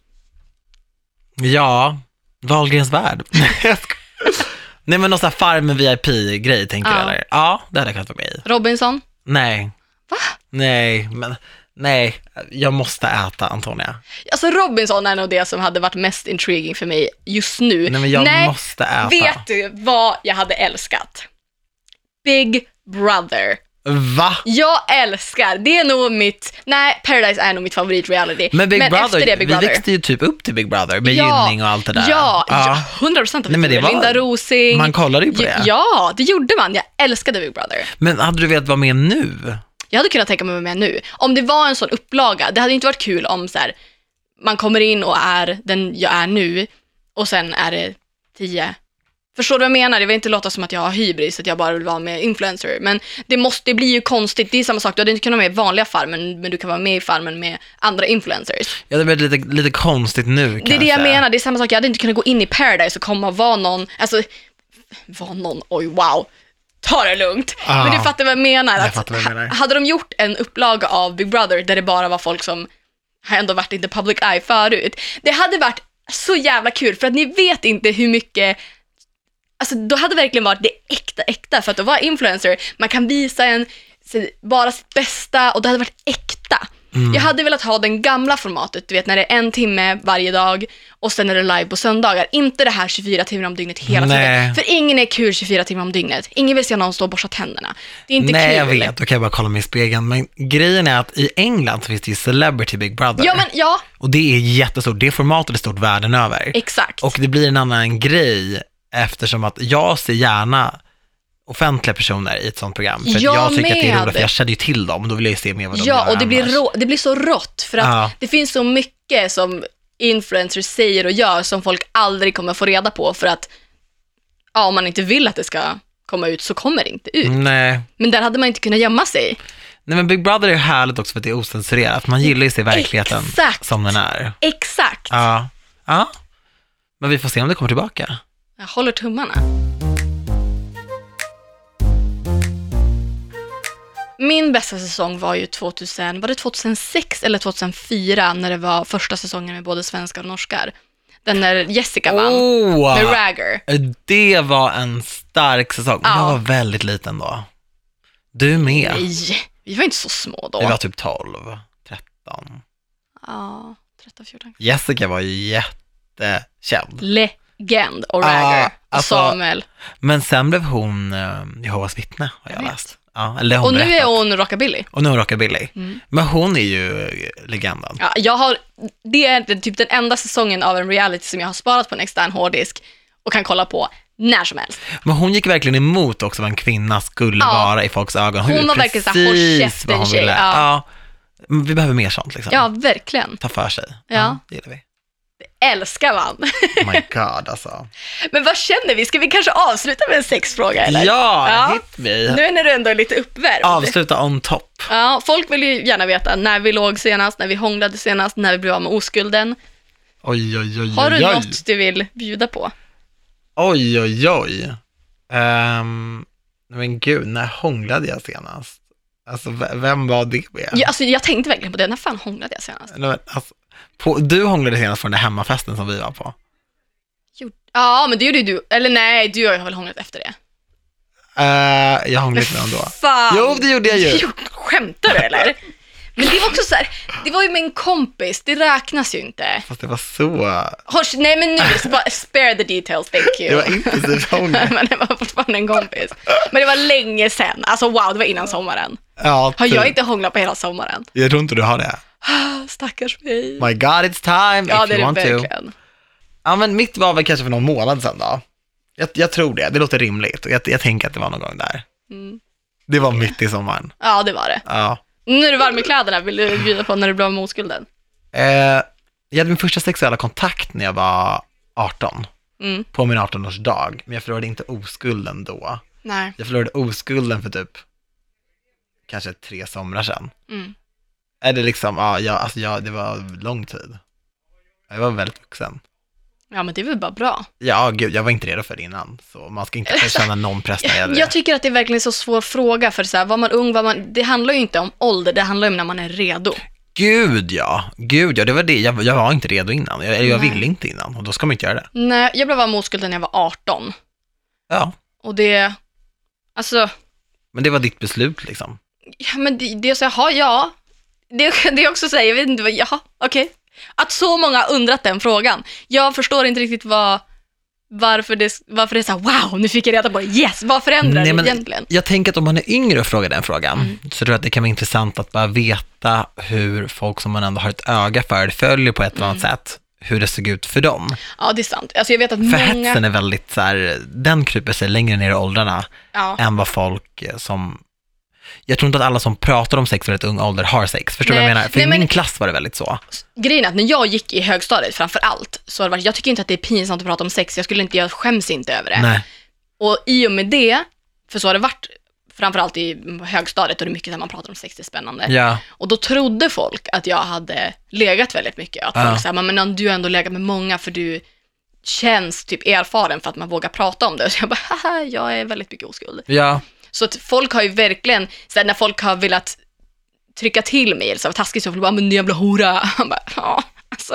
S1: Ja, Wahlgrens värld. Jag sk- Nej men någon sån här Farmen VIP-grej tänker du
S2: Ja.
S1: eller? Ja, det hade jag kunnat vara med i.
S2: Robinson?
S1: Nej.
S2: Va?
S1: Nej, men nej, jag måste äta Antonia.
S2: Alltså Robinson är nog det som hade varit mest intriguing för mig just nu.
S1: Nej men jag måste äta.
S2: Vet du vad jag hade älskat? Big Brother.
S1: Va?
S2: Jag älskar, det är nog mitt, nej Paradise är nog mitt favoritreality.
S1: Men Big Brother,
S2: efter det Big
S1: vi
S2: Brother.
S1: växte ju typ upp till Big Brother med
S2: Ja,
S1: Gynning och allt det där.
S2: Ja, ja, 100 procent av
S1: Nej, men det
S2: det
S1: var-
S2: Linda Rosing.
S1: Man kollade ju på
S2: Ju-
S1: det.
S2: Ja, det gjorde man. Jag älskade Big Brother.
S1: Men hade du velat vara med nu?
S2: Jag hade kunnat tänka mig att vara med nu. Om det var en sån upplaga, det hade ju inte varit kul om så här, man kommer in och är den jag är nu och sen är det tio. Förstår du vad jag menar? Det vill inte låta som att jag har hybris, att jag bara vill vara med influencer. Men det, måste, det blir ju konstigt, det är samma sak. Du hade inte kunnat vara med i vanliga Farmen, men du kan vara med i Farmen med andra influencers.
S1: Ja, det blev lite, lite konstigt nu kanske.
S2: Det är det jag menar, det är samma sak. Jag hade inte kunnat gå in i Paradise och komma och vara någon, alltså, vara någon, oj wow. Ta det lugnt.
S1: Ah.
S2: Men du fattar vad jag menar.
S1: Jag
S2: att
S1: fattar vad du menar.
S2: ha- Hade de gjort en upplaga av Big Brother där det bara var folk som har ändå varit in the public eye förut. Det hade varit så jävla kul för att ni vet inte hur mycket Alltså då hade det verkligen varit det äkta, äkta. För att då vara influencer, man kan visa en, si- bara sitt bästa och det hade varit äkta.
S1: Mm.
S2: Jag hade velat ha den gamla formatet, du vet när det är en timme varje dag och sen är det live på söndagar. Inte det här 24 timmar om dygnet hela
S1: Nej.
S2: tiden. För ingen är kul 24 timmar om dygnet. Ingen vill se någon stå och borsta tänderna. Det är inte
S1: Nej,
S2: kul.
S1: jag vet. Då kan jag bara kolla mig i spegeln. Men grejen är att i England så finns det ju Celebrity Big Brother.
S2: Ja, men ja,
S1: Och det är jättestort. Det formatet är stort världen över.
S2: exakt.
S1: Och det blir en annan grej eftersom att jag ser gärna offentliga personer i ett sånt program. För att
S2: Jag
S1: jag, tycker att det är
S2: med.
S1: roligt, för jag känner ju till dem. Då vill jag ju se mer vad de
S2: Ja,
S1: gör
S2: och det blir,
S1: annars.
S2: rå, det blir så rått för att
S1: Ja.
S2: det finns så mycket som influencers säger och gör som folk aldrig kommer få reda på för att ja, om man inte vill att det ska komma ut så kommer det inte
S1: Mm.
S2: ut.
S1: Nej.
S2: Men där hade man inte kunnat gömma sig.
S1: Nej, men Big Brother är härligt också för att det är ocensurerat. Man gillar ju att se verkligheten
S2: Exakt.
S1: som den är.
S2: Exakt.
S1: Ja. ja. Men vi får se om det kommer tillbaka.
S2: Jag håller tummarna. Min bästa säsong var ju 2000, var det 2006 eller 2004 när det var första säsongen med både svenskar och norskar. Den när Jessica vann, med
S1: Oh,
S2: Ragger.
S1: det var en stark säsong.
S2: Ja.
S1: Jag var väldigt liten då. Du med.
S2: Nej, vi var inte så små då.
S1: Vi var typ 12, 13.
S2: Ja, 13, 14.
S1: Jessica var ju jättekänd.
S2: Legend och
S1: Ja,
S2: Ragger
S1: Ah,
S2: och
S1: alltså,
S2: Samuel.
S1: Men sen blev hon eh, Jehovas vittne, har jag
S2: Jag vet.
S1: läst. Ja, eller hon
S2: Och nu är
S1: berättat.
S2: hon rockabilly.
S1: och nu är hon rockabilly.
S2: Mm.
S1: Men hon är ju eh, legenden.
S2: Ja, jag har, det är den- typ den enda säsongen av en reality som jag har sparat på en extern hårddisk och kan kolla på när som helst.
S1: Men hon gick verkligen emot också vad en kvinna skulle
S2: Ja.
S1: vara i folks ögon.
S2: Hon
S1: gjorde
S2: var verkligen så här, håll
S1: precis
S2: käften,
S1: vad hon
S2: tjej.
S1: ville. Ja.
S2: Ja.
S1: Men Vi behöver mer sånt liksom.
S2: Ja, verkligen.
S1: Ta för sig.
S2: Ja.
S1: det gillar vi.
S2: Det älskar man.
S1: My god alltså.
S2: Men vad känner vi? Ska vi kanske avsluta med en sexfråga eller?
S1: Ja,
S2: Ja.
S1: hit me.
S2: Nu när du ändå är lite uppvärmd.
S1: Avsluta on top.
S2: Ja, folk vill ju gärna veta när vi låg senast, när vi hånglade senast, när vi blev av med oskulden.
S1: Oj, oj, oj,
S2: Har du
S1: oj, oj.
S2: något du vill bjuda på?
S1: Oj, oj, oj. Ehm, men gud, när hånglade jag senast? Alltså, v- vem var det med?
S2: Ja, alltså, jag tänkte verkligen på det. När fan hånglade jag senast?
S1: Nej, men, alltså, på, du hånglade senast på den där hemmafesten som vi var på.
S2: Gjorde- Ja, men det gjorde ju du. Eller nej, du har ju väl hånglat efter det.
S1: Eh, jag hånglade med honom då.
S2: Fan.
S1: Jo, det gjorde jag ju.
S2: Jo, Skämtar du eller? Men det var också så här, det var ju med en kompis, det räknas ju inte.
S1: Fast det var så...
S2: Hors, nej men nu, spa- spare the details, thank you.
S1: Det var intensiv hångel.
S2: men det var fortfarande en kompis. Men det var länge sedan, alltså wow, det var innan sommaren.
S1: Ja,
S2: Har
S1: typ.
S2: jag inte hånglat på hela sommaren?
S1: jag tror inte du har det.
S2: Ah, Stackars mig.
S1: My god, it's time
S2: Ja,
S1: if
S2: det
S1: you
S2: är
S1: want
S2: det
S1: to.
S2: verkligen.
S1: Ja, men mitt var väl kanske för någon månad sedan då. Jag, jag tror det, det låter rimligt. Och Jag, jag tänker att det var någon gång där.
S2: Mm.
S1: Det var mitt i sommaren.
S2: Ja, det var det.
S1: Ja.
S2: Nu är du varm i kläderna, vill du bjuda på när du blev av med oskulden?
S1: Eh, jag hade min första sexuella kontakt när jag var 18,
S2: Mm.
S1: på min 18-årsdag. Men jag förlorade inte oskulden då.
S2: Nej.
S1: Jag förlorade oskulden för typ kanske tre somrar sedan.
S2: Mm.
S1: Eller liksom, ja, jag, alltså jag, det var lång tid. Jag var väldigt vuxen.
S2: Ja, men det är väl bara bra.
S1: Ja, gud, jag var inte redo för det innan, så man ska inte känna någon press när det gäller det.
S2: Jag tycker att det är verkligen en så svår fråga, för så här, var man ung, var man, det handlar ju inte om ålder, det handlar ju om när man är redo.
S1: Gud ja, gud ja, det var det. Jag, jag var inte redo innan, jag, eller jag
S2: Nej.
S1: ville inte innan och då ska man inte göra det.
S2: Nej, jag blev av med oskulden när jag var 18
S1: Ja,
S2: och det, alltså,
S1: men det var ditt beslut liksom.
S2: ja, men det, det är så, jaha, ja. Det, det är också så här, jag vet inte vad, jaha, okej. Att så många har undrat den frågan. Jag förstår inte riktigt vad, varför det, varför det är så här, wow, nu fick jag reda på det, yes, vad förändrar
S1: Nej, men-
S2: det egentligen?
S1: Jag tänker att om man är yngre och frågar den frågan,
S2: Mm.
S1: så tror jag att det kan vara intressant att bara veta hur folk som man ändå har ett öga för följer på ett eller
S2: Mm.
S1: annat sätt, hur det såg ut för dem.
S2: Ja, det är sant. Alltså jag vet att
S1: För
S2: många,
S1: hetsen är väldigt så här, den kryper sig längre ner i åldrarna
S2: ja,
S1: än vad folk eh, som jag tror inte att alla som pratar om sex väldigt ung ålder har sex. Förstår du vad jag
S2: Nej,
S1: menar? För
S2: nej,
S1: i
S2: men-
S1: min klass var det väldigt så.
S2: grejen är att när jag gick i högstadiet framför allt, så har det varit, jag tycker inte att det är pinsamt att prata om sex, jag skulle inte, jag skäms inte över det.
S1: Nej.
S2: Och i och med det, för så har det varit framförallt i högstadiet och det är mycket där man pratar om sex, det är spännande.
S1: Ja.
S2: Och då trodde folk att jag hade legat väldigt mycket. Att
S1: Ja.
S2: folk sa, men Nan, du har ändå legat med många för du känns typ erfaren för att man vågar prata om det. Så jag bara, haha, jag är väldigt mycket oskuld.
S1: Ja.
S2: Så att folk har ju verkligen, sen när folk har velat trycka till mig, eller så var taskigt, så har folk bara, "Ah, men din jävla hora. Han bara, ja, alltså,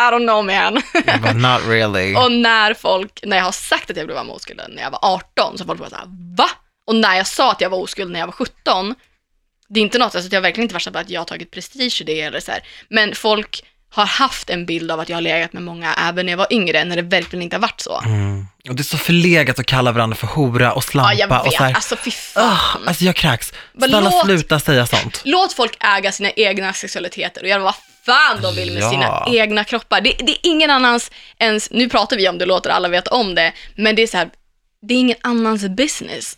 S2: I don't know man.
S1: Jag bara, not really.
S2: Och när folk, när jag har sagt att jag blev av med oskulden när jag var 18, så har folk bara såhär, va? Och när jag sa att jag var oskuld när jag var 17, det är inte något, alltså det har verkligen inte varit så att jag har tagit prestige i det eller så här. men folk har haft en bild av att jag har legat med många även när jag var yngre, när det verkligen inte har varit så.
S1: Mm. Och det är så förlegat att kalla varandra för hora och
S2: Ja,
S1: slampa
S2: jag
S1: och
S2: vet,
S1: så här,
S2: alltså fy
S1: ah,
S2: fan.
S1: alltså jag kräks.
S2: Men
S1: Snälla
S2: låt-
S1: sluta säga sånt.
S2: Låt folk äga sina egna sexualiteter och göra vad fan de vill med
S1: Ja.
S2: sina egna kroppar. Det, det är ingen annans ens, nu pratar vi om det, låter alla veta om det, men det är så här, det är ingen annans business.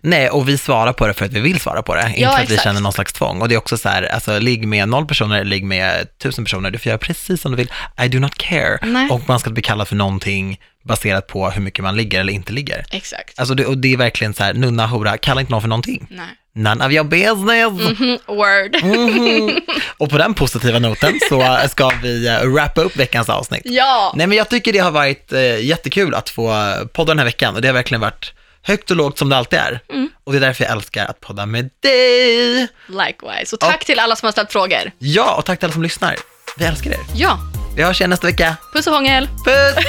S1: Nej, och vi svarar på det för att vi vill svara på det, inte
S2: Ja,
S1: för att vi
S2: exakt.
S1: känner någon slags tvång. Och det är också så här, alltså ligg med noll personer, ligg med tusen personer, du får göra precis som du vill. I do not care.
S2: Nej.
S1: Och man ska bli kallad för någonting baserat på hur mycket man ligger eller inte ligger.
S2: Exakt.
S1: Alltså det, och det är verkligen så här, nunna, hora, kalla inte någon för någonting.
S2: Nej.
S1: None of your business.
S2: Word.
S1: Mhm. Och på den positiva noten så ska vi eh, wrappa upp veckans avsnitt.
S2: Ja,
S1: Nej men jag tycker det har varit eh, jättekul att få eh, podda den här veckan och det har verkligen varit högt och lågt som det alltid är. Och det är därför jag älskar att podda med dig.
S2: likewise. Och tack till alla som har ställt frågor.
S1: Ja, och tack till alla som lyssnar. Vi älskar er.
S2: Ja,
S1: Vi hörs igen nästa vecka.
S2: puss och hångel.
S1: Puss!